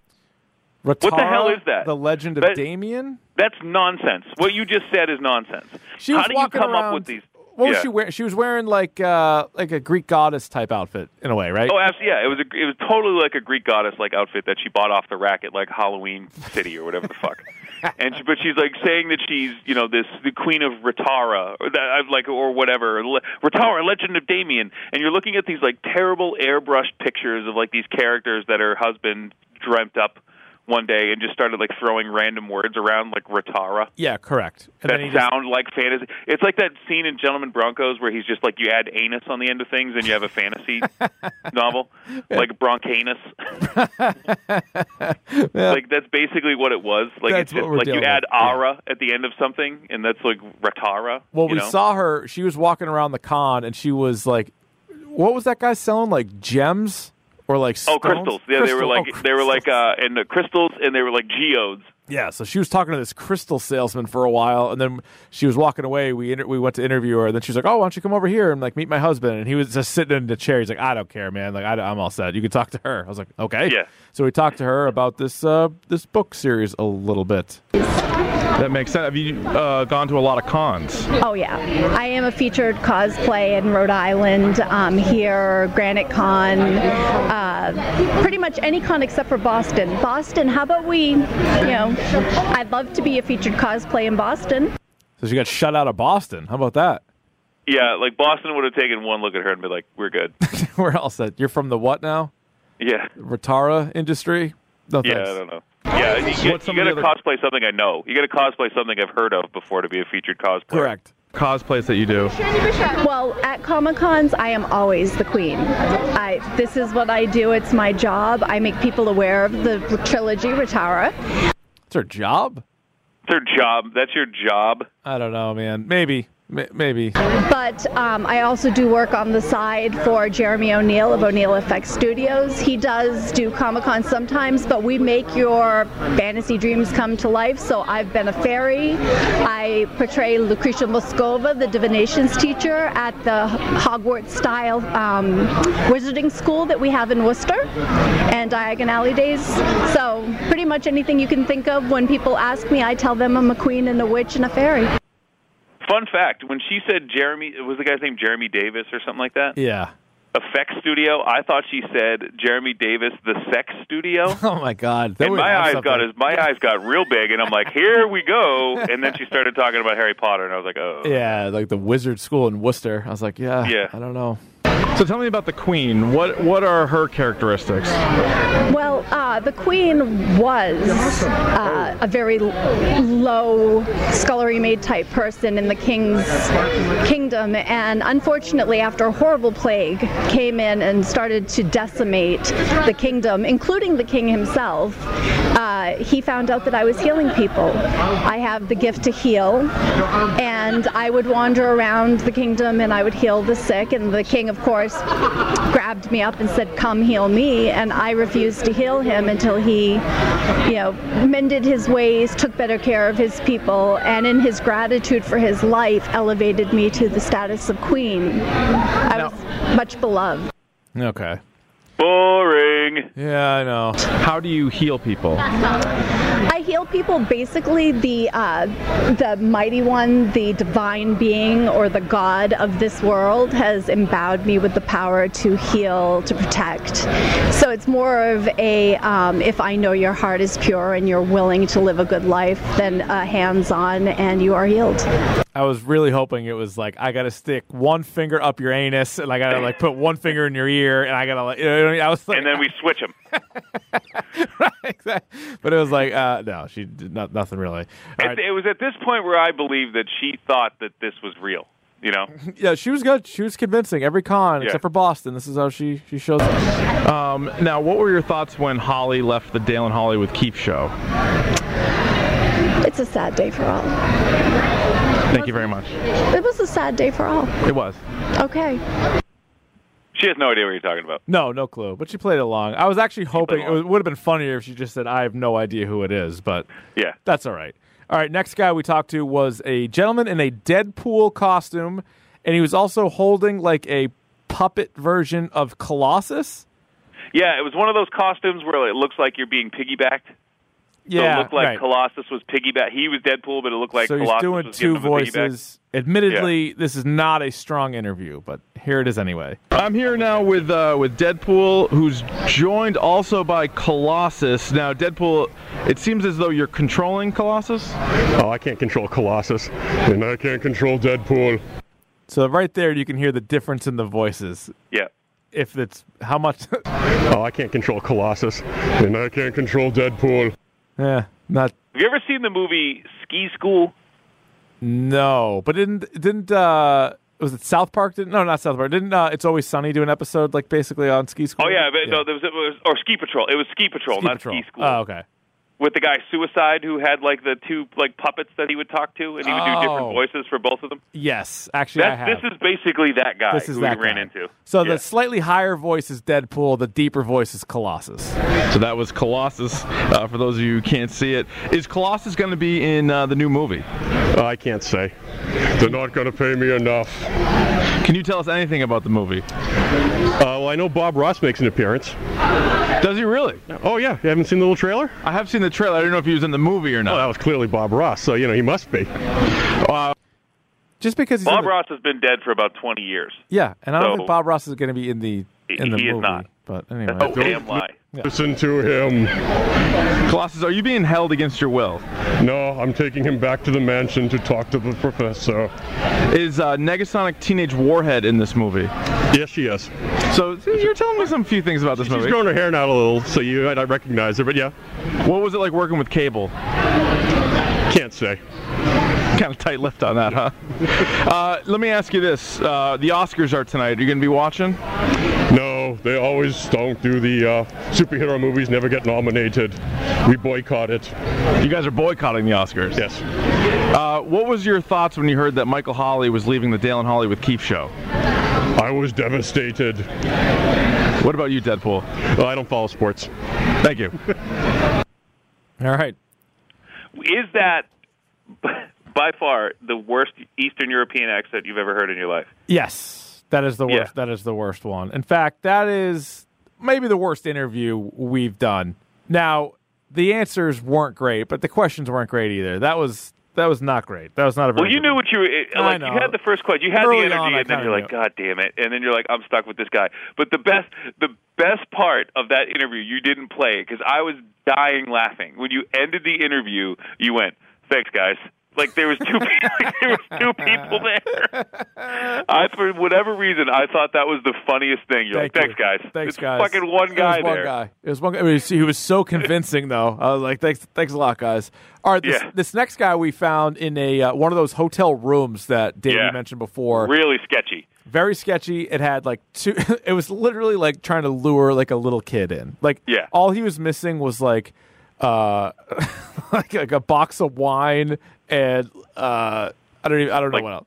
What the hell is that? The Legend of That- Damien. That's nonsense. What you just said is nonsense. She how was do you walking come around. up with these? What was Yeah. she wearing? She was wearing like uh, like a Greek goddess type outfit in a way, right? Oh, absolutely. Yeah, it was a, it was totally like a Greek goddess like outfit that she bought off the rack at like Halloween City or whatever the fuck. And she, but she's like saying that she's you know this the queen of Ratara or that I've, like or whatever Le- Ratara Legend of Damien and you're looking at these like terrible airbrushed pictures of like these characters that her husband dreamt up one day and just started like throwing random words around like Ratara Yeah, correct. And that then he just- sound like fantasy. It's like that scene in Gentleman Broncos where he's just like you add anus on the end of things and you have a [laughs] fantasy novel, like Broncanus. Like that's basically what it was. Like That's it's just what we're like you dealing add with, yeah. ara at the end of something, and that's like ratara. well, you we know? saw her. She was walking around the con, and she was like, "What was that guy selling? Like gems or like Oh, stones? crystals! Yeah, they were Crystal- like oh, they were like crystals. uh, and the crystals, and they were like geodes. yeah." So she was talking to this crystal salesman for a while, and then she was walking away. We inter- we went to interview her, and then she was like, "Oh, why don't you come over here and like meet my husband?" And he was just sitting in the chair. He's like, "I don't care, man. Like I, am all set. You can talk to her." I was like, "Okay." Yeah. So we talked to her about this uh, this book series a little bit. That makes sense. Have you uh, gone to a lot of cons? Oh yeah, I am a featured cosplay in Rhode Island, um, here, Granite Con, uh, pretty much any con except for Boston. Boston, how about we, you know, I'd love to be a featured cosplay in Boston. So she got shut out of Boston. How about that? [laughs] Yeah, like Boston would have taken one look at her and been like, "We're [laughs] good." Where else? That you're from the what now? Yeah, Rotara industry? No yeah, thanks. I don't know. Yeah, you, you, What's some got of to the other- cosplay something I know. You got to cosplay something I've heard of before to be a featured cosplayer. Correct. Cosplays that you do. Well, at Comic Cons, I am always the queen. I, this is what I do. It's my job. I make people aware of the trilogy Rotara. It's her job. It's her job. That's your job. I don't know, man. Maybe, M- maybe. But um, I also do work on the side for Jeremy O'Neill of O'Neill Effects Studios. He does do Comic Con sometimes, but we make your fantasy dreams come to life. So I've been a fairy. I portray Lucretia Moscova, the divinations teacher at the Hogwarts style um, wizarding school that we have in Worcester and Diagon Alley days. So pretty much anything you can think of when people ask me, I tell them I'm a queen and a witch and a fairy. Fun fact: When she said Jeremy, was the guy's name Jeremy Davis or something like that? Yeah. [laughs] Effects Studio. I thought she said Jeremy Davis, the Sex Studio. Oh my God. [laughs] That And would my have eyes something. got as my eyes got real big, and I'm like, "Here we go!" And then she started talking about Harry Potter, and I was like, "Oh, Yeah, like the wizard school in Worcester. I was like, yeah. Yeah. I don't know. So tell me about the queen. What what are her characteristics? Well, uh, the Queen was uh, a very l- low, scullery maid type person in the king's kingdom, and unfortunately, after a horrible plague came in and started to decimate the kingdom, including the king himself, uh, he found out that I was healing people. I have the gift to heal, and I would wander around the kingdom and I would heal the sick, and the king, of course, grabbed me up and said, "Come heal me," and I refused to heal him until he, you know, mended his ways, took better care of his people, and in his gratitude for his life, elevated me to the status of queen. I was much beloved. Okay. Boring. Yeah, I know. How do you heal people? I heal people basically the uh, the mighty one, the divine being, or the god of this world has endowed me with the power to heal, to protect. So it's more of a um, if I know your heart is pure and you're willing to live a good life, then uh, hands-on and you are healed. I was really hoping it was like I gotta stick one finger up your anus and I gotta like put one finger in your ear and I gotta like you know what I mean? I was like, And then we switch them. [laughs] Exact- but it was like uh, no, she did not, nothing really. All right. It, it was at this point where I believed that she thought that this was real. You know, Yeah, she was good. She was convincing every con Yeah. except for Boston. This is how she she shows up. Um, now, what were your thoughts when Holly left the Dale and Holly with Keep show? It's a sad day for all. Thank you very much. It was a sad day for all. It was. Okay. she has no idea what you're talking about. No, no clue. But she played along. I was actually hoping it along. would have been funnier if she just said, "I have no idea who it is," but Yeah. that's all right. All right, next guy we talked to was a gentleman in a Deadpool costume, and he was also holding like a puppet version of Colossus. Yeah, it was one of those costumes where it looks like you're being piggybacked. Yeah, so it looked like right. Colossus was piggyback. He was Deadpool, but it looked like so Colossus he's doing was two giving him a piggyback. voices. Admittedly, this is not a strong interview, but here it is anyway. I'm here now with uh, with Deadpool, who's joined also by Colossus. Now, Deadpool, it seems as though you're controlling Colossus. Oh, I can't control Colossus, and I can't control Deadpool. So right there, you can hear the difference in the voices. Yeah. If it's how much, [laughs] Oh, I can't control Colossus, and I can't control Deadpool. yeah, eh, not Have you ever seen the movie Ski School? no. But didn't didn't uh was it South Park? Didn't no, not South Park. Didn't uh, it's always sunny do an episode like basically on ski school? Oh yeah, but no, there was, it was or Ski Patrol. It was Ski Patrol, Ski not Patrol. Ski School. Oh okay. With the guy Suicide who had like the two like puppets that he would talk to, and he would do Oh. different voices for both of them. Yes, actually, I That's, have. this is basically that guy This is who that we ran guy. into. So Yeah. the slightly higher voice is Deadpool. The deeper voice is Colossus. So that was Colossus. Uh, for those of you who can't see it, is Colossus going to be in uh, the new movie? Oh, I can't say. They're not going to pay me enough. Can you tell us anything about the movie? Uh, well, I know Bob Ross makes an appearance. Does he really? Oh, yeah. You haven't seen the little trailer? I have seen the trailer. I don't know if he was in the movie or Oh, that not. was clearly Bob Ross, so, you know, he must be. Just because he's in Bob the- Ross has been dead for about twenty years. yeah, and I don't So- think Bob Ross is going to be in the in the He movie. is not. But [laughs] anyway, That's a Oh, damn lie. Listen to him. Colossus, are you being held against your will? No, I'm taking him back to the mansion to talk to the professor. Is uh, Negasonic Teenage Warhead in this movie? Yes, she is. So you're telling me some few things about this She's movie. grown her hair out a little, so you might not recognize her, but yeah, What was it like working with Cable? [laughs] can't say. Kind of tight lipped on that, huh? [laughs] uh, let me ask you this: uh, The Oscars are tonight. Are you going to be watching? No, they always don't do the uh, superhero movies. Never get nominated. We boycott it. You guys are boycotting the Oscars. Yes. Uh, what was your thoughts when you heard that Michael Holly was leaving the Dale and Holly with Keefe show? I was devastated. What about you, Deadpool? Well, I don't follow sports. Thank [laughs] you. all right. Is that by far the worst Eastern European accent you've ever heard in your life? Yes, that is the Yeah. worst. That is the worst one. In fact, that is maybe the worst interview we've done. Now, the answers weren't great, but the questions weren't great either. That was that was not great. That was not a very Well, you good knew one. what you were. it- I Like know. you had the first question, you had Early the energy, on, I and then kinda you're like, knew. "God damn it!" And then you're like, "I'm stuck with this guy." But the best, the best part of that interview, you didn't play because I was dying laughing when you ended the interview. You went, "Thanks, guys." Like there was two, [laughs] like, there was two people [laughs] there. I, for whatever reason, I thought that was the funniest thing. You're Thank like, you. Oh, "Thanks, guys." Thanks, it's guys. Fucking one guy it was one there. Guy. It was one guy. I mean, he was so convincing, though. I was like, "Thanks, thanks a lot, guys." All right, this, Yeah. this next guy we found in a uh, one of those hotel rooms that Davey Yeah. mentioned before. Really sketchy. Very sketchy. It had like two. [laughs] it was literally like trying to lure like a little kid in. Like, Yeah. all he was missing was like, uh, [laughs] like, like a box of wine and uh, I don't even I don't Like- know what else.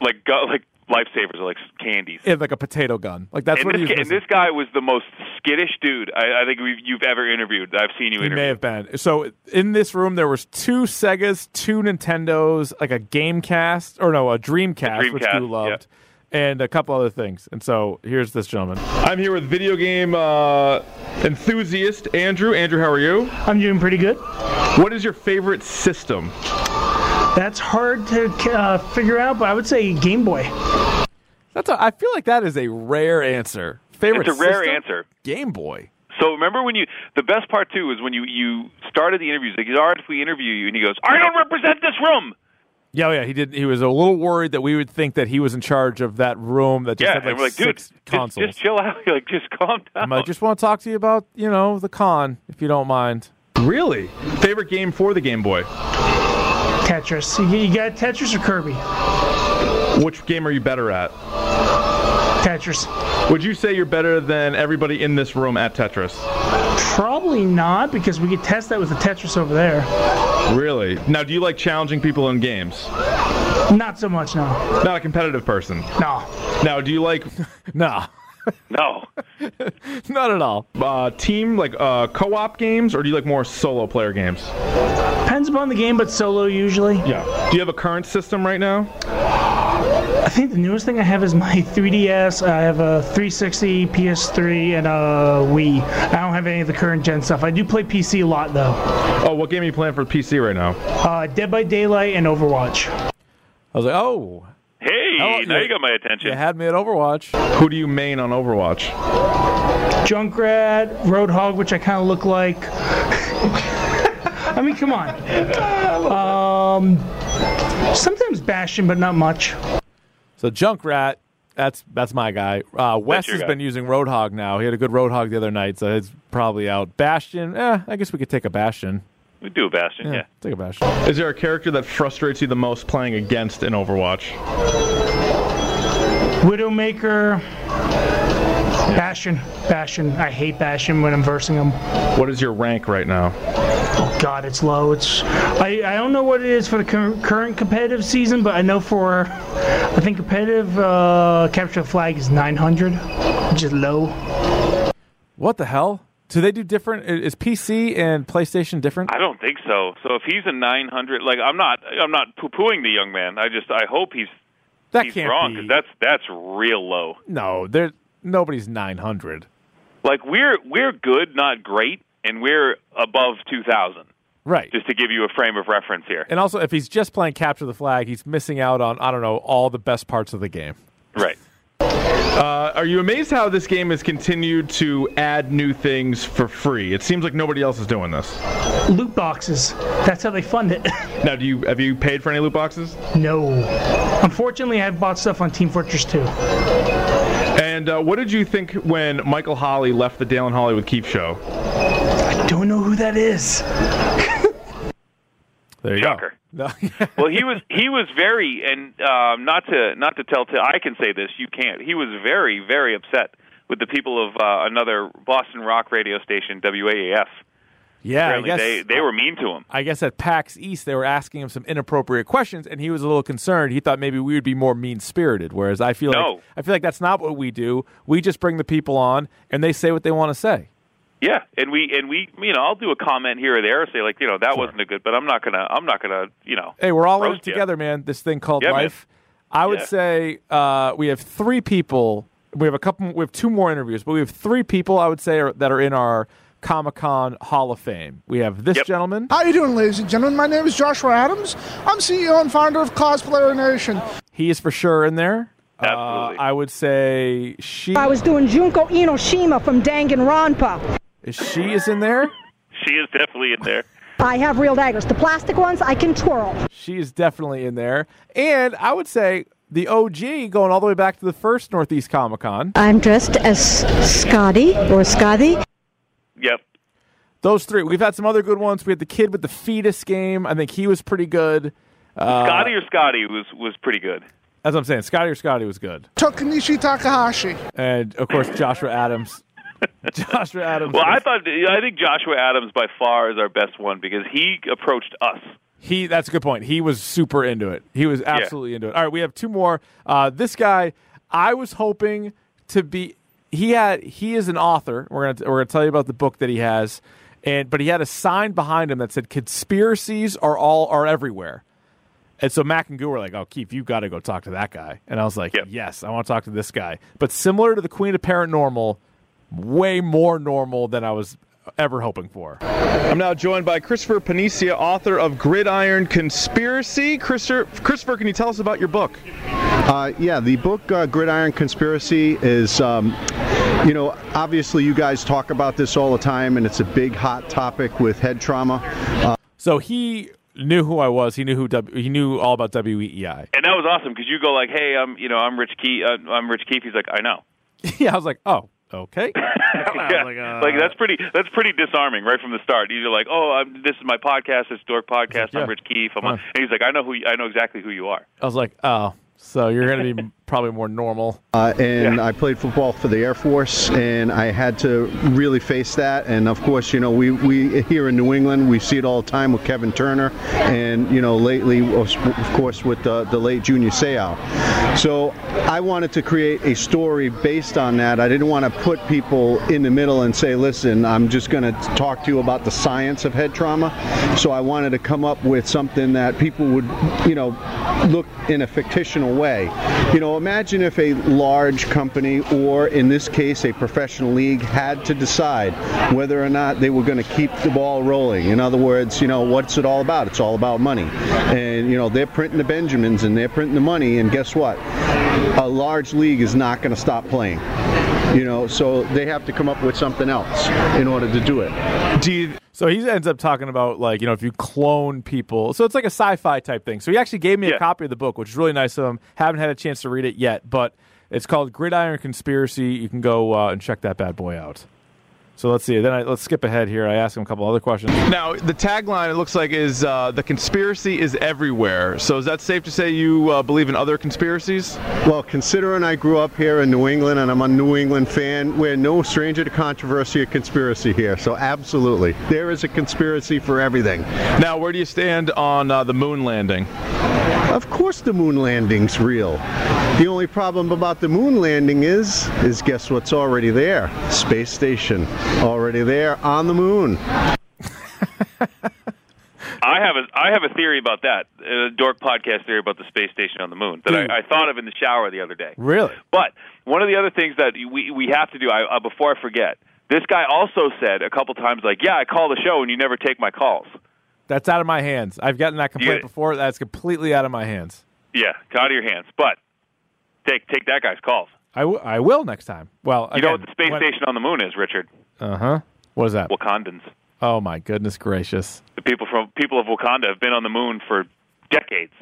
Like, go, like lifesavers are like candies. And like a potato gun. Like that's And what he this, was guy, and missing. this guy was the most skittish dude I, I think we've, you've ever interviewed. I've seen you He interview. may have been. So in this room, there was two Segas, two Nintendos, like a GameCast or no, a Dreamcast, which Dreamcast, you loved, and a couple other things. And so here's this gentleman. I'm here with video game uh, enthusiast Andrew. Andrew, how are you? I'm doing pretty good. What is your favorite system? That's hard to uh, figure out, but I would say Game Boy. That's a, I feel like that is a rare answer. Favorite It's a rare system? answer. Game Boy. So remember when you the best part too is when you you started the interviews. Like, he's, all right, if we interview you, and he goes, I don't represent this room. Yeah, yeah, he did. He was a little worried that we would think that he was in charge of that room that just yeah, had and like, we're like, dude, six just, consoles. just chill out. [laughs] You're like, just calm down. I'm like, just want to talk to you about you know the con, if you don't mind. [laughs] Really? Favorite game for the Game Boy? Tetris. You, you got Tetris or Kirby? Which game are you better at? Tetris. Would you say you're better than everybody in this room at Tetris? Probably not, because we could test that with the Tetris over there. Really? Now, do you like challenging people in games? Not so much, no. Not a competitive person. No. Now, do you like No, No. [laughs] not at all. uh, team like uh, co-op games, or do you like more solo player games? Depends upon the game, but solo usually. Yeah. Do you have a current system right now? I think the newest thing I have is my [laughs] 3DS. I have a 360, PS3, and a Wii. I don't have any of the current gen stuff. I do play PC a lot though. Oh, what game are you playing for PC right now? Uh, Dead by Daylight and Overwatch. I was like, oh, Hey, Oh, now yeah. you got my attention. you had me at Overwatch. Who do you main on Overwatch? Junkrat, Roadhog, which I kind of look like. [laughs] I mean, come on. Um, sometimes Bastion, but not much. So Junkrat, that's that's my guy. Uh, Wes your has guy. been using Roadhog now. He had a good Roadhog the other night, so it's probably out. Bastion, eh? I guess we could take a Bastion. we do a bastion. Yeah. take a Bastion. Is there a character that frustrates you the most playing against in Overwatch? Widowmaker. Bastion, Bastion. I hate Bastion when I'm versing him. What is your rank right now? God, it's low. It's I, I don't know what it is for the cur- current competitive season, but I know for I think competitive uh, capture the flag is 900, which is low. What the hell? Do they do different? i- Is PC and PlayStation different? I don't think so. So if he's a 900, like I'm not, I'm not poo-pooing the young man. I just, I hope he's that he's can't wrong be. because that's that's real low. no, there nobody's nine hundred. Like we're we're good, not great, and we're above 2,000. Right. Just to give you a frame of reference [laughs] here, and also, if he's just playing capture the flag, he's missing out on I don't know all the best parts of the game. right? Uh, are you amazed how this game has continued to add new things for free? It seems like nobody else is doing this. Loot boxes. That's how they fund it. [laughs] Now, do you have you paid for any loot boxes? no. Unfortunately, I've bought stuff on Team Fortress 2. And uh, what did you think when Michael Holly left the Dale and Holly with Keep show? Don't know who that is. There you Shocker. go. [laughs] No, Well, he was he was very, and um, not to not to tell. T- I can say this, you can't. He was very very upset with the people of uh, another Boston rock radio station, WAAF. yeah, I Apparently, guess they they were mean to him. I guess at PAX East they were asking him some inappropriate questions, and he was a little concerned. He thought maybe we would be more mean spirited, whereas I feel No. like I feel like that's not what we do. We just bring the people on, and they say what they want to say. Yeah, and we and we you know I'll do a comment here or there, say like you know that wasn't a good, but I'm not gonna I'm not gonna you know. hey, we're all in it roast ya. together, man. This thing called Yeah, man. life. I would Yeah. say uh, we have three people. We have a couple. We have two more interviews, but we have three people. I would say are, that are in our Comic Con Hall of Fame. We have this Yep. gentleman. How you doing, ladies and gentlemen? My name is Joshua Adams. I'm CEO and founder of Cosplayer Nation. He is for sure in there. Uh, Absolutely. I would say she. I was doing Junko Inoshima from Danganronpa. is she is in there. She is definitely in [laughs] there. I have real daggers. The plastic ones I can twirl. She is definitely in there, and I would say the OG going all the way back to the first Northeast Comic Con. I'm dressed as Scotty or Scotty. Yep. Those three. We've had some other good ones. We had the kid with the fetus game. I think he was pretty good. Scotty or Scotty was was pretty good. That's what I'm saying. Scotty or Scotty was good. Tokunishi Takahashi. And of course, Joshua Adams. [laughs] Joshua Adams. Well, I was- thought I think Joshua Adams by far is our best one because he approached us. he that's a good point. He was super into it. He was absolutely into it. All right, we have two more. Uh, this guy, I was hoping to be he had he is an author. We're gonna we're gonna tell you about the book that he has. And but he had a sign behind him that said conspiracies are all are everywhere. And so Mac and Goo were like, "Oh, Keith, you got to go talk to that guy." And I was like, "Yes, I want to talk to this guy." But similar to the Queen of Paranormal, way more normal than I was ever hoping for. I'm now joined by Christopher Panicia, author of Gridiron Conspiracy. Christopher, Christopher, can you tell us about your book? Uh, yeah, the book uh, Gridiron Conspiracy is, um, you know, obviously you guys talk about this all the time, and it's a big hot topic with head trauma. Uh, So he knew who I was. He knew who w- E he knew all about WEEI. And that was awesome because you go like, "Hey, I'm you know I'm Rich Keefe. Uh, I'm Rich Keefe." He's like, "I know." [laughs] yeah, I was like, "Oh, okay." Oh Yeah. [laughs] Like, uh, that's pretty that's pretty disarming right from the start. You're like, "Oh, I'm, this is my podcast. It's Dork Podcast. Yeah. I'm Rich Keefe." I'm on. Huh. And he's like, "I know who you, I know exactly who you are." I was like, "Oh, so you're gonna be [laughs] probably more normal." Uh, and I played football for the Air Force, and I had to really face that. And of course, you know, we, we here in New England, we see it all the time with Kevin Turner, and you know, lately, of of course, with the, the late Junior Seau. So I wanted to create a story based on that. I didn't want to put people in the middle and say, listen, I'm just going to talk to you about the science of head trauma. So I wanted to come up with something that people would, you know, look in a fictional way. You know, imagine if a large company, or in this case, a professional league, had to decide whether or not they were going to keep the ball rolling. In other words, you know, what's it all about? It's all about money. And, you know, they're printing the Benjamins and they're printing the money, and guess what? A large league is not going to stop playing. You know, so they have to come up with something else in order to do it. Do you, So he ends up talking about like you know if you clone people, so it's like a sci-fi type thing. So he actually gave me a copy of the book, which is really nice of him. Haven't had a chance to read it yet, but it's called Gridiron Conspiracy. You can go uh, and check that bad boy out. So let's see. Then I, let's skip ahead here. I ask him a couple other questions. Now, the tagline it looks like is uh, the conspiracy is everywhere. So is that safe to say you uh, believe in other conspiracies? Well, considering I grew up here in New England and I'm a New England fan, we're no stranger to controversy or conspiracy here. So, absolutely. There is a conspiracy for everything. Now, where do you stand on uh, the moon landing? Of course, the moon landing's real. The only problem about the moon landing is, is guess what's already there? Space station. Already there on the moon. I have a I have a theory about that. A dork podcast theory about the space station on the moon that I, I thought of in the shower the other day. Really? But one of the other things that we we have to do I, uh, before I forget. This guy also said a couple times like, "Yeah, I call the show and you never take my calls." That's out of my hands. I've gotten that complaint Yeah. before. That's completely out of my hands. Yeah, it's out of your hands. But take take that guy's calls. I, w- I will next time. Well, You know what the space station on the moon is, Richard? uh huh. What is that? Wakandans. Oh my goodness gracious. The people from people of Wakanda have been on the moon for decades.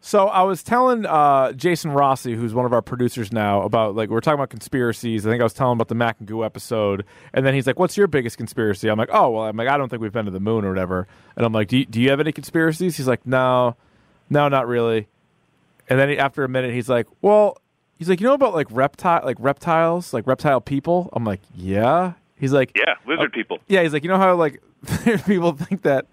So I was telling uh, Jason Rossi, who's one of our producers now, about like we're talking about conspiracies. I think I was telling him about the Mac and Goo episode, and then he's like, "What's your biggest conspiracy?" I'm like, "Oh well, I'm like I don't think we've been to the moon or whatever." And I'm like, "Do you, do you have any conspiracies?" He's like, "No, no, not really." And then he, after a minute, he's like, "Well, he's like, you know about like reptile, like reptiles, like reptile people." I'm like, "Yeah." He's like, Yeah, Oh. lizard people. yeah, he's like, you know how like [laughs] people think that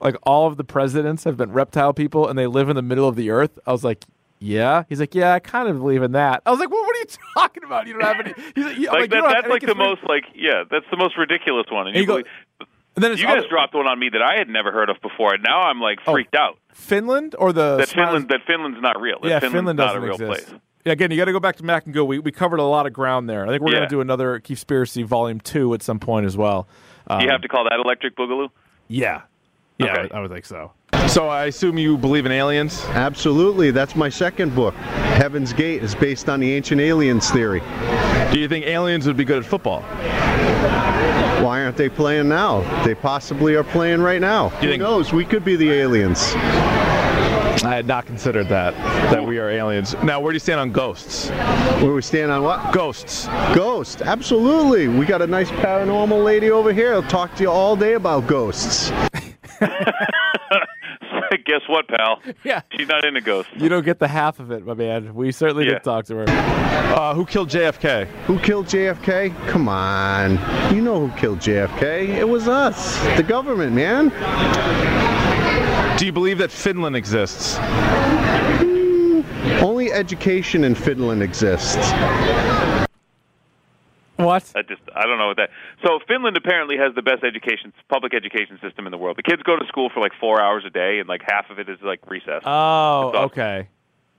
like all of the presidents have been reptile people and they live in the middle of the earth. I was like, yeah. He's like, yeah, I kind of believe in that. I was like, well, what are you [laughs] talking about? You don't have any. [laughs] He's like, yeah, like, I'm like, you that, don't have that's any like the conspiracy- most like yeah, that's the most ridiculous one. And, And you, you go- believe- And then it's you guys other- dropped one on me that I had never heard of before, and now I'm like freaked out Finland or the that Smiles- Finland that Finland's not real. That yeah, Finland's Finland not doesn't a real exist. place. Yeah, again, you got to go back to Mac and Go. We we covered a lot of ground there. I think we're Yeah. gonna do another conspiracy volume two at some point as well. Um, you have to call that electric boogaloo. [laughs] yeah, yeah, I, I would think so. So I assume you believe in aliens? Absolutely. That's my second book. Heaven's Gate is based on the ancient aliens theory. Do you think aliens would be good at football? Why aren't they playing now? They possibly are playing right now. Who knows? We could be the aliens. I had not considered that, that we are aliens. Now, where do you stand on ghosts? Where we stand on what? Ghosts. Ghosts, absolutely. We got a nice paranormal lady over here. I'll talk to you all day about ghosts. Guess what, pal? [laughs] Yeah, she's not into ghosts. You don't get the half of it, my man. We certainly Yeah. did talk to her. Uh, who killed JFK? Who killed JFK? Come on. You know who killed JFK. It was us, the government, man. Do you believe that Finland exists? Only education in Finland exists. [laughs] What? That just I don't know what that. So Finland apparently has the best education, public education system in the world. The kids go to school for like four hours a day, and like half of it is like recess. Oh, okay.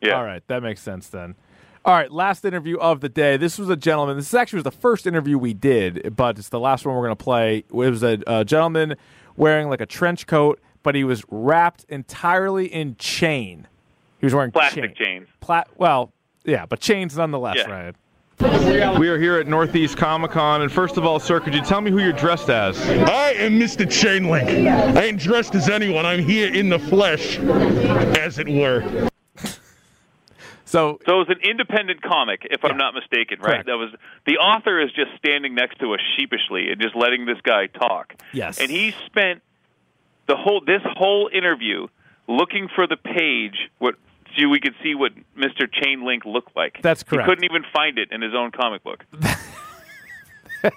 Yeah. All right, that makes sense then. All right, last interview of the day. This was a gentleman. This actually was the first interview we did, but it's the last one we're going to play. It was a, a gentleman wearing like a trench coat, but he was wrapped entirely in chain. He was wearing Plastic chains. Pla- well, yeah, but chains nonetheless, Yeah. right? We are here at Northeast Comic Con, and first of all, sir, could you tell me who you're dressed as? I am Mr. Chainlink. I ain't dressed as anyone. I'm here in the flesh, as it were. So, [laughs] so it was an independent comic, if I'm not mistaken, right? Correct. That was the author is just standing next to us sheepishly and just letting this guy talk. Yes. And he spent the whole this whole interview looking for the page what so we could see what Mr. Chainlink looked like. That's correct. He couldn't even find it in his own comic book.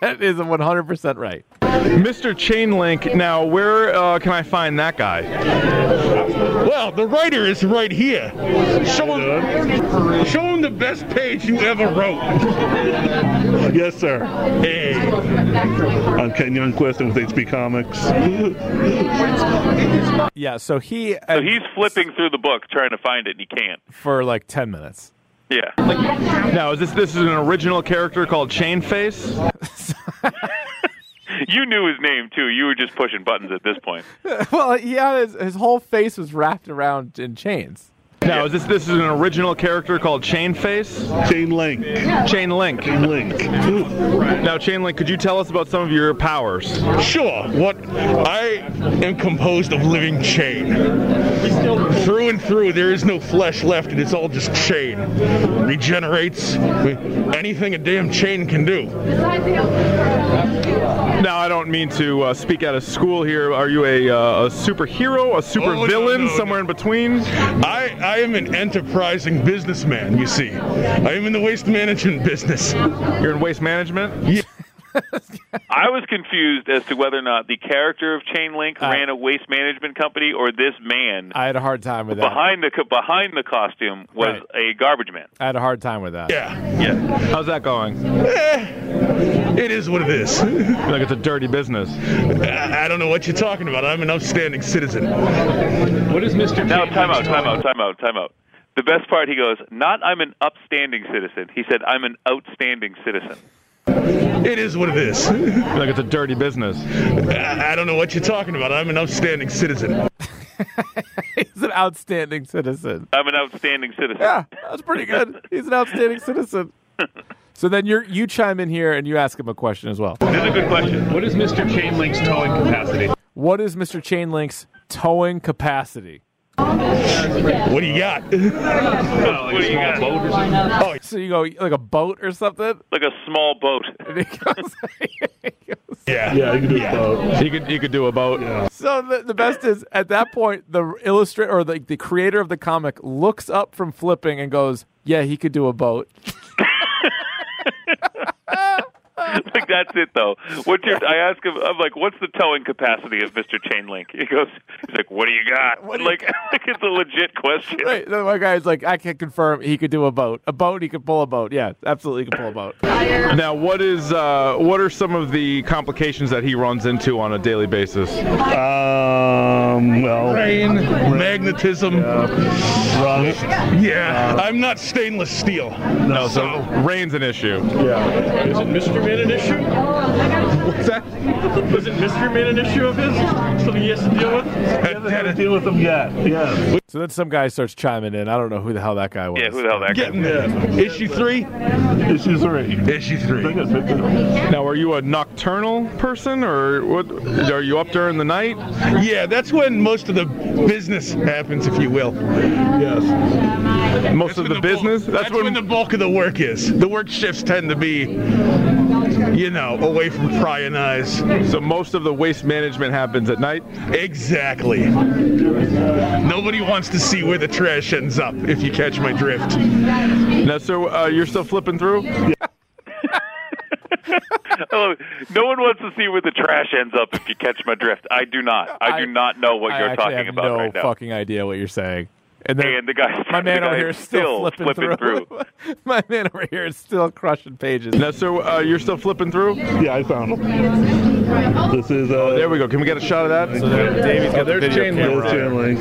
that is 100% right. Mr. Chainlink. Now, where uh, can I find that guy? Well, the writer is right here. Show him, show him the best page you ever wrote. yes, sir. Hey. I'm Ken Youngquist, and with HB Comics. Yeah, so he So he's flipping through the book trying to find it and he can't. for like 10 minutes. Yeah. Now, is this this is an original character called Chainface? You knew his name too. You were just pushing buttons at this point. [laughs] well, yeah, his, his whole face was wrapped around in chains. Now, is this this is an original character called Chainface? Chain Link. Chain Link. Chain Link. Now, Chain Link, could you tell us about some of your powers? Sure. What I am composed of living chain. Through and through, there is no flesh left, and it's all just chain. Regenerates anything a damn chain can do. Now, I don't mean to uh, speak out of school here. Are you a, uh, a Oh, superhero, a supervillain, somewhere in between? I, I am an enterprising businessman, you see. I am in the waste management business. You're in waste management? Yeah. I was confused as to whether or not the character of Chainlink ran a waste management company or this man I had a hard time with that. behind the co- behind the costume was a garbage man. I had a hard time with that. Yeah. Yeah. How's that going? It is what it is. [laughs] like it's a dirty business. I, I don't know what you're talking about. I'm an upstanding citizen. What is Mr. Now time out, time out, time out, time out. The best part he goes, not I'm an upstanding citizen. He said I'm an outstanding citizen. It is what it is. [laughs] like it's a dirty business. I, I don't know what you're talking about. I'm an upstanding citizen. He's an outstanding citizen. I'm an outstanding citizen. Yeah, that's pretty good. He's an outstanding citizen. So then you you chime in here and you ask him a question as well. This is a good question. What is Mr. Chainlink's towing capacity? What is Mr. Chainlink's towing capacity? What do you got? [laughs] what do you got? Oh, so you go like a boat or something? [laughs] Like a small boat. Yeah. Yeah, you can do a boat. You could you could do a boat. So the, the best is at that point the illustrator or the, the creator of the comic looks up from flipping and goes, "Yeah, he could do a boat." like that's it though. What's your? I ask him. I'm like, what's the towing capacity of Mr. Chainlink? He goes, he's like, what do you got? like, [laughs] like it's a legit question. Right. Then my guy's like, "I can confirm he could do a boat. A boat. He could pull a boat. Yeah, absolutely, he could pull a boat." Now, what is uh, what are some of the complications that he runs into on a daily basis? Um, well, rain, magnetism, rust. Yeah, I'm not stainless steel. No, so rain's an issue. Yeah. Is it Mr. Man an issue? What's that? Is it Mr. Man an issue of his? Something he has to deal with? He hasn't had to deal with them yet. Yeah. So then some guy starts chiming in. I don't know who the hell that guy was. Yeah, who the hell that guy? Getting there. Issue three? Issue three. Issue three. Now, are you a nocturnal person, or what? Are you up during the night? Yeah, that's when most of the business happens, if you will. Yes. Most of the, business. that's, when, the bulk of the work is. The work shifts tend to be, you know, away from prying eyes. So most of the waste management happens at night. Exactly. Nobody wants to see where the trash ends up, if you catch my drift. Now, sir, uh, you're still flipping through. Oh, no one wants to see where the trash ends up. If you catch my drift, I do not. I, do not know what I you're actually talking have about no right now. fucking idea what you're saying. And then the guy, my man the guy over here is is still, still flipping, flipping [laughs] my man over here is still crushing pages. Now, sir, uh, you're still flipping through? Yeah, I found them. This is. Uh, oh, there we go. Can we get a shot of that? So Davey's got there's the video chain camera link.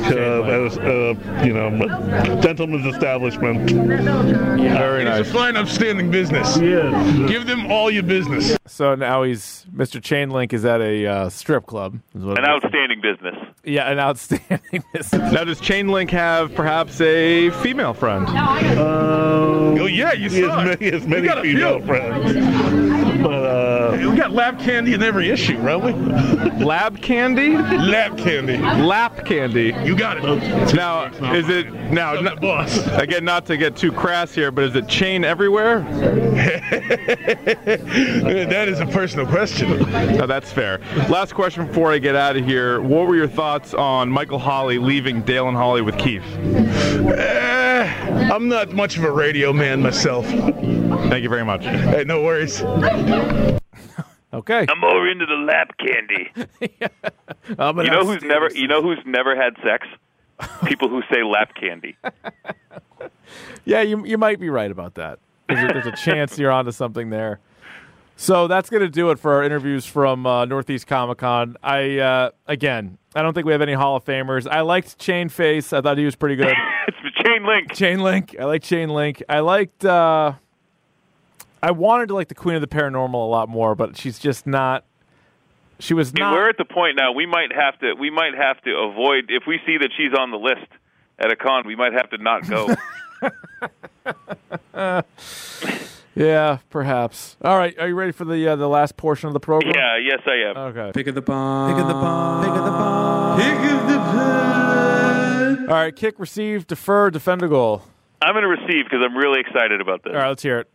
Chain There's chain link, uh, at a, uh, you know, a gentleman's establishment. Very nice. It's a fine, upstanding business. Yeah. Give them all your business. So now he's Mr. Chainlink is at a uh, strip club. Is what An it is. outstanding business. yeah, an outstanding. [laughs] Now, does Chainlink have perhaps a female friend? Um, Oh, yeah, you he has saw it. many, he has You many got a female few. friends. But, uh, We got lap candy in every issue, right? lab candy? Lab candy. Lap candy. You got it. Now, is it now? Not, [laughs] Again, not to get too crass here, but is it chain everywhere? that is a personal question. No, that's fair. Last question before I get out of here. What were your thoughts on Michael Holly leaving Dale and Holly with Keith? Eh, I'm not much of a radio man myself. Thank you very much. Hey, no worries. Okay. I'm more into the lap [laughs] candy. I'm an you know who's outstanding- never you know who's never had [laughs] sex? People who say lap candy. Yeah, you you might be right about that. There's a, there's a chance you're onto something there. So that's going to do it for our interviews from uh, Northeast Comic Con. I uh, again, I don't think we have any Hall of Famers. I liked Chain Face. I thought he was pretty good. it's the Chain Link. Chain Link. I like Chain Link. I liked. Uh, I wanted to like the Queen of the Paranormal a lot more, but she's just not. She was I mean, not. we're at the point now we might have to we might have to avoid if we see that she's on the list at a con, we might have to not go. yeah, perhaps. All right, are you ready for the uh, the last portion of the program? [laughs] yeah, yes I am. Okay. Pick of the bomb. Pick of the bomb. Pick of the bomb. Pick of the bomb. All right, kick, receive, defer, defend a goal. I'm going to receive because I'm really excited about this. All right, let's hear it.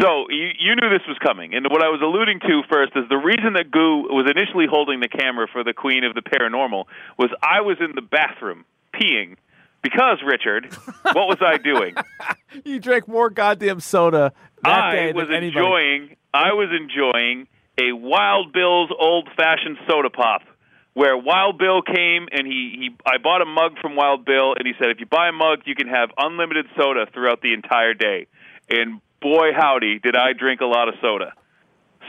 So you, you knew this was coming, and what I was alluding to first is the reason that Goo was initially holding the camera for the Queen of the Paranormal was I was in the bathroom peeing because Richard, what was I doing? [laughs] You drank more goddamn soda that I day was than anybody. enjoying. I was enjoying a Wild Bill's old fashioned soda pop, where Wild Bill came and he, he I bought a mug from Wild Bill and he said, if you buy a mug, you can have unlimited soda throughout the entire day. And boy howdy, did I drink a lot of soda.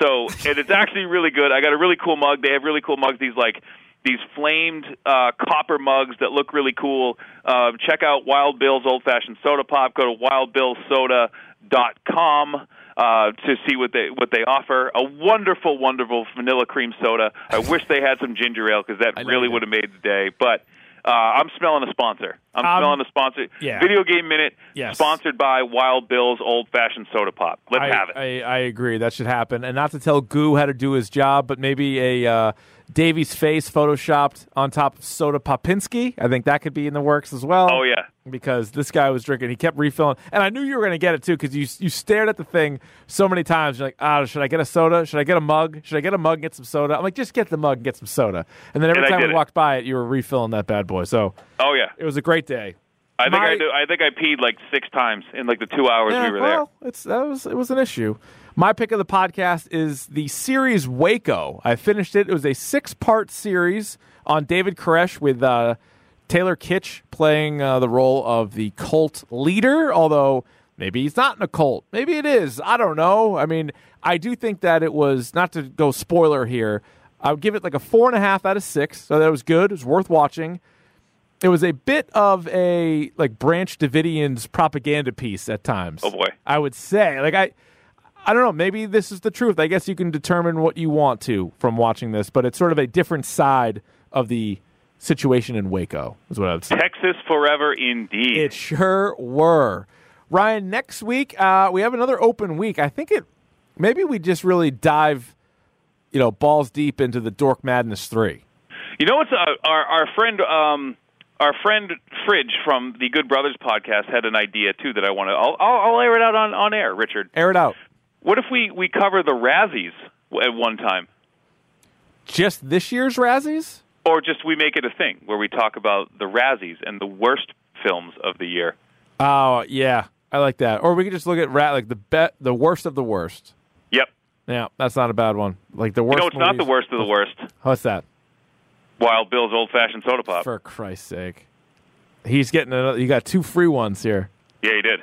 So and it's actually really good. I got a really cool mug. They have really cool mugs. These like these flamed uh, copper mugs that look really cool. Uh, check out Wild Bill's Old Fashioned Soda Pop. Go to wildbillsoda.com uh, to see what they what they offer. A wonderful, wonderful vanilla cream soda. I wish they had some ginger ale because that really would have made the day. But uh, I'm smelling a sponsor. I'm Um, smelling a sponsor. yeah. Video Game Minute, Yes. sponsored by Wild Bill's Old Fashioned Soda Pop. Let's I, have it. I, I agree. That should happen. And not to tell Goo how to do his job, but maybe a uh, Davy's face photoshopped on top of Soda Popinski. I think that could be in the works as well. Oh, yeah. Because this guy was drinking. He kept refilling. And I knew you were going to get it, too, because you, you stared at the thing so many times. You're like, ah, should I get a soda? Should I get a mug? Should I get a mug and get some soda? I'm like, just get the mug and get some soda. And then every And I time did we it. walked by it, you were refilling that bad boy. So Oh yeah. it was a great day. I think My- I do, I think I peed like six times in like the two hours Yeah, we were well, it's that was it was an issue. My pick of the podcast is the series Waco. I finished it. It was a six part series on David Koresh with uh, Taylor Kitsch playing uh, the role of the cult leader. Although maybe he's not in a cult, maybe it is. I don't know. I mean, I do think that it was not to go spoiler here. I would give it like a four and a half out of six. So that was good. It was worth watching it was a bit of a like Branch Davidian's propaganda piece at times. Oh, boy. I would say like I I don't know, maybe this is the truth. I guess you can determine what you want to from watching this, but it's sort of a different side of the situation in Waco is what I would say. there. Texas forever, indeed. It sure were. Ryan, next week uh, we have another open week. I think it maybe we just really dive you know balls deep into the Dork Madness 3. You know what's uh, our our friend um our friend Fridge from the Good Brothers podcast had an idea too that I want to I'll, I'll I'll air it out on on air, Richard. Air it out. What if we we cover the Razzies at one time Just this year's Razzies? or just we make it a thing where we talk about the Razzies and the worst films of the year? Oh yeah, I like that. Or we could just look at rat like the bet the worst of the worst. Yep. Yeah, that's not a bad one. Like the You worst. know it's not the movies- worst of the worst. What's that? Uh, Wild Bill's old fashioned soda pop. For Christ's sake. He's getting another. You got two free ones here. Yeah, he did.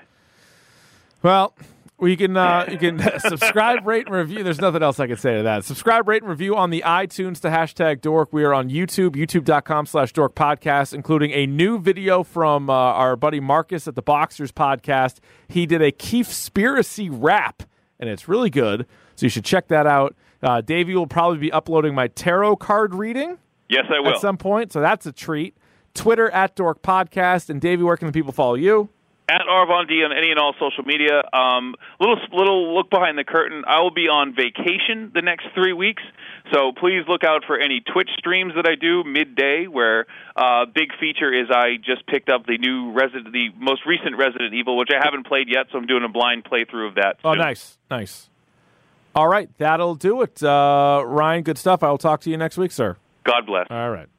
Well, we can uh, you can [laughs] subscribe, rate, and review. There's nothing else I can say to that. Subscribe, rate, and review on the iTunes to hashtag Dork. We are on YouTube, youtube.com slash Dork Podcast, including a new video from uh, our buddy Marcus at the Boxers Podcast. He did a Keef Spiracy rap, and it's really good. So you should check that out. Uh, Davey will probably be uploading my tarot card reading. Yes, I will. At some point, so that's a treat. Twitter at Dork Podcast, and Davey, where can the people follow you? at Arvon D on any and all social media. Um, little little look behind the curtain. I will be on vacation the next three weeks, so please look out for any Twitch streams that I do midday. Where uh, big feature is I just picked up the new Resident, the most recent Resident Evil, which I haven't played yet, so I'm doing a blind playthrough of that. Oh, nice, nice. All right, that'll do it, uh, Ryan. Good stuff. I will talk to you next week, sir. God bless. All right.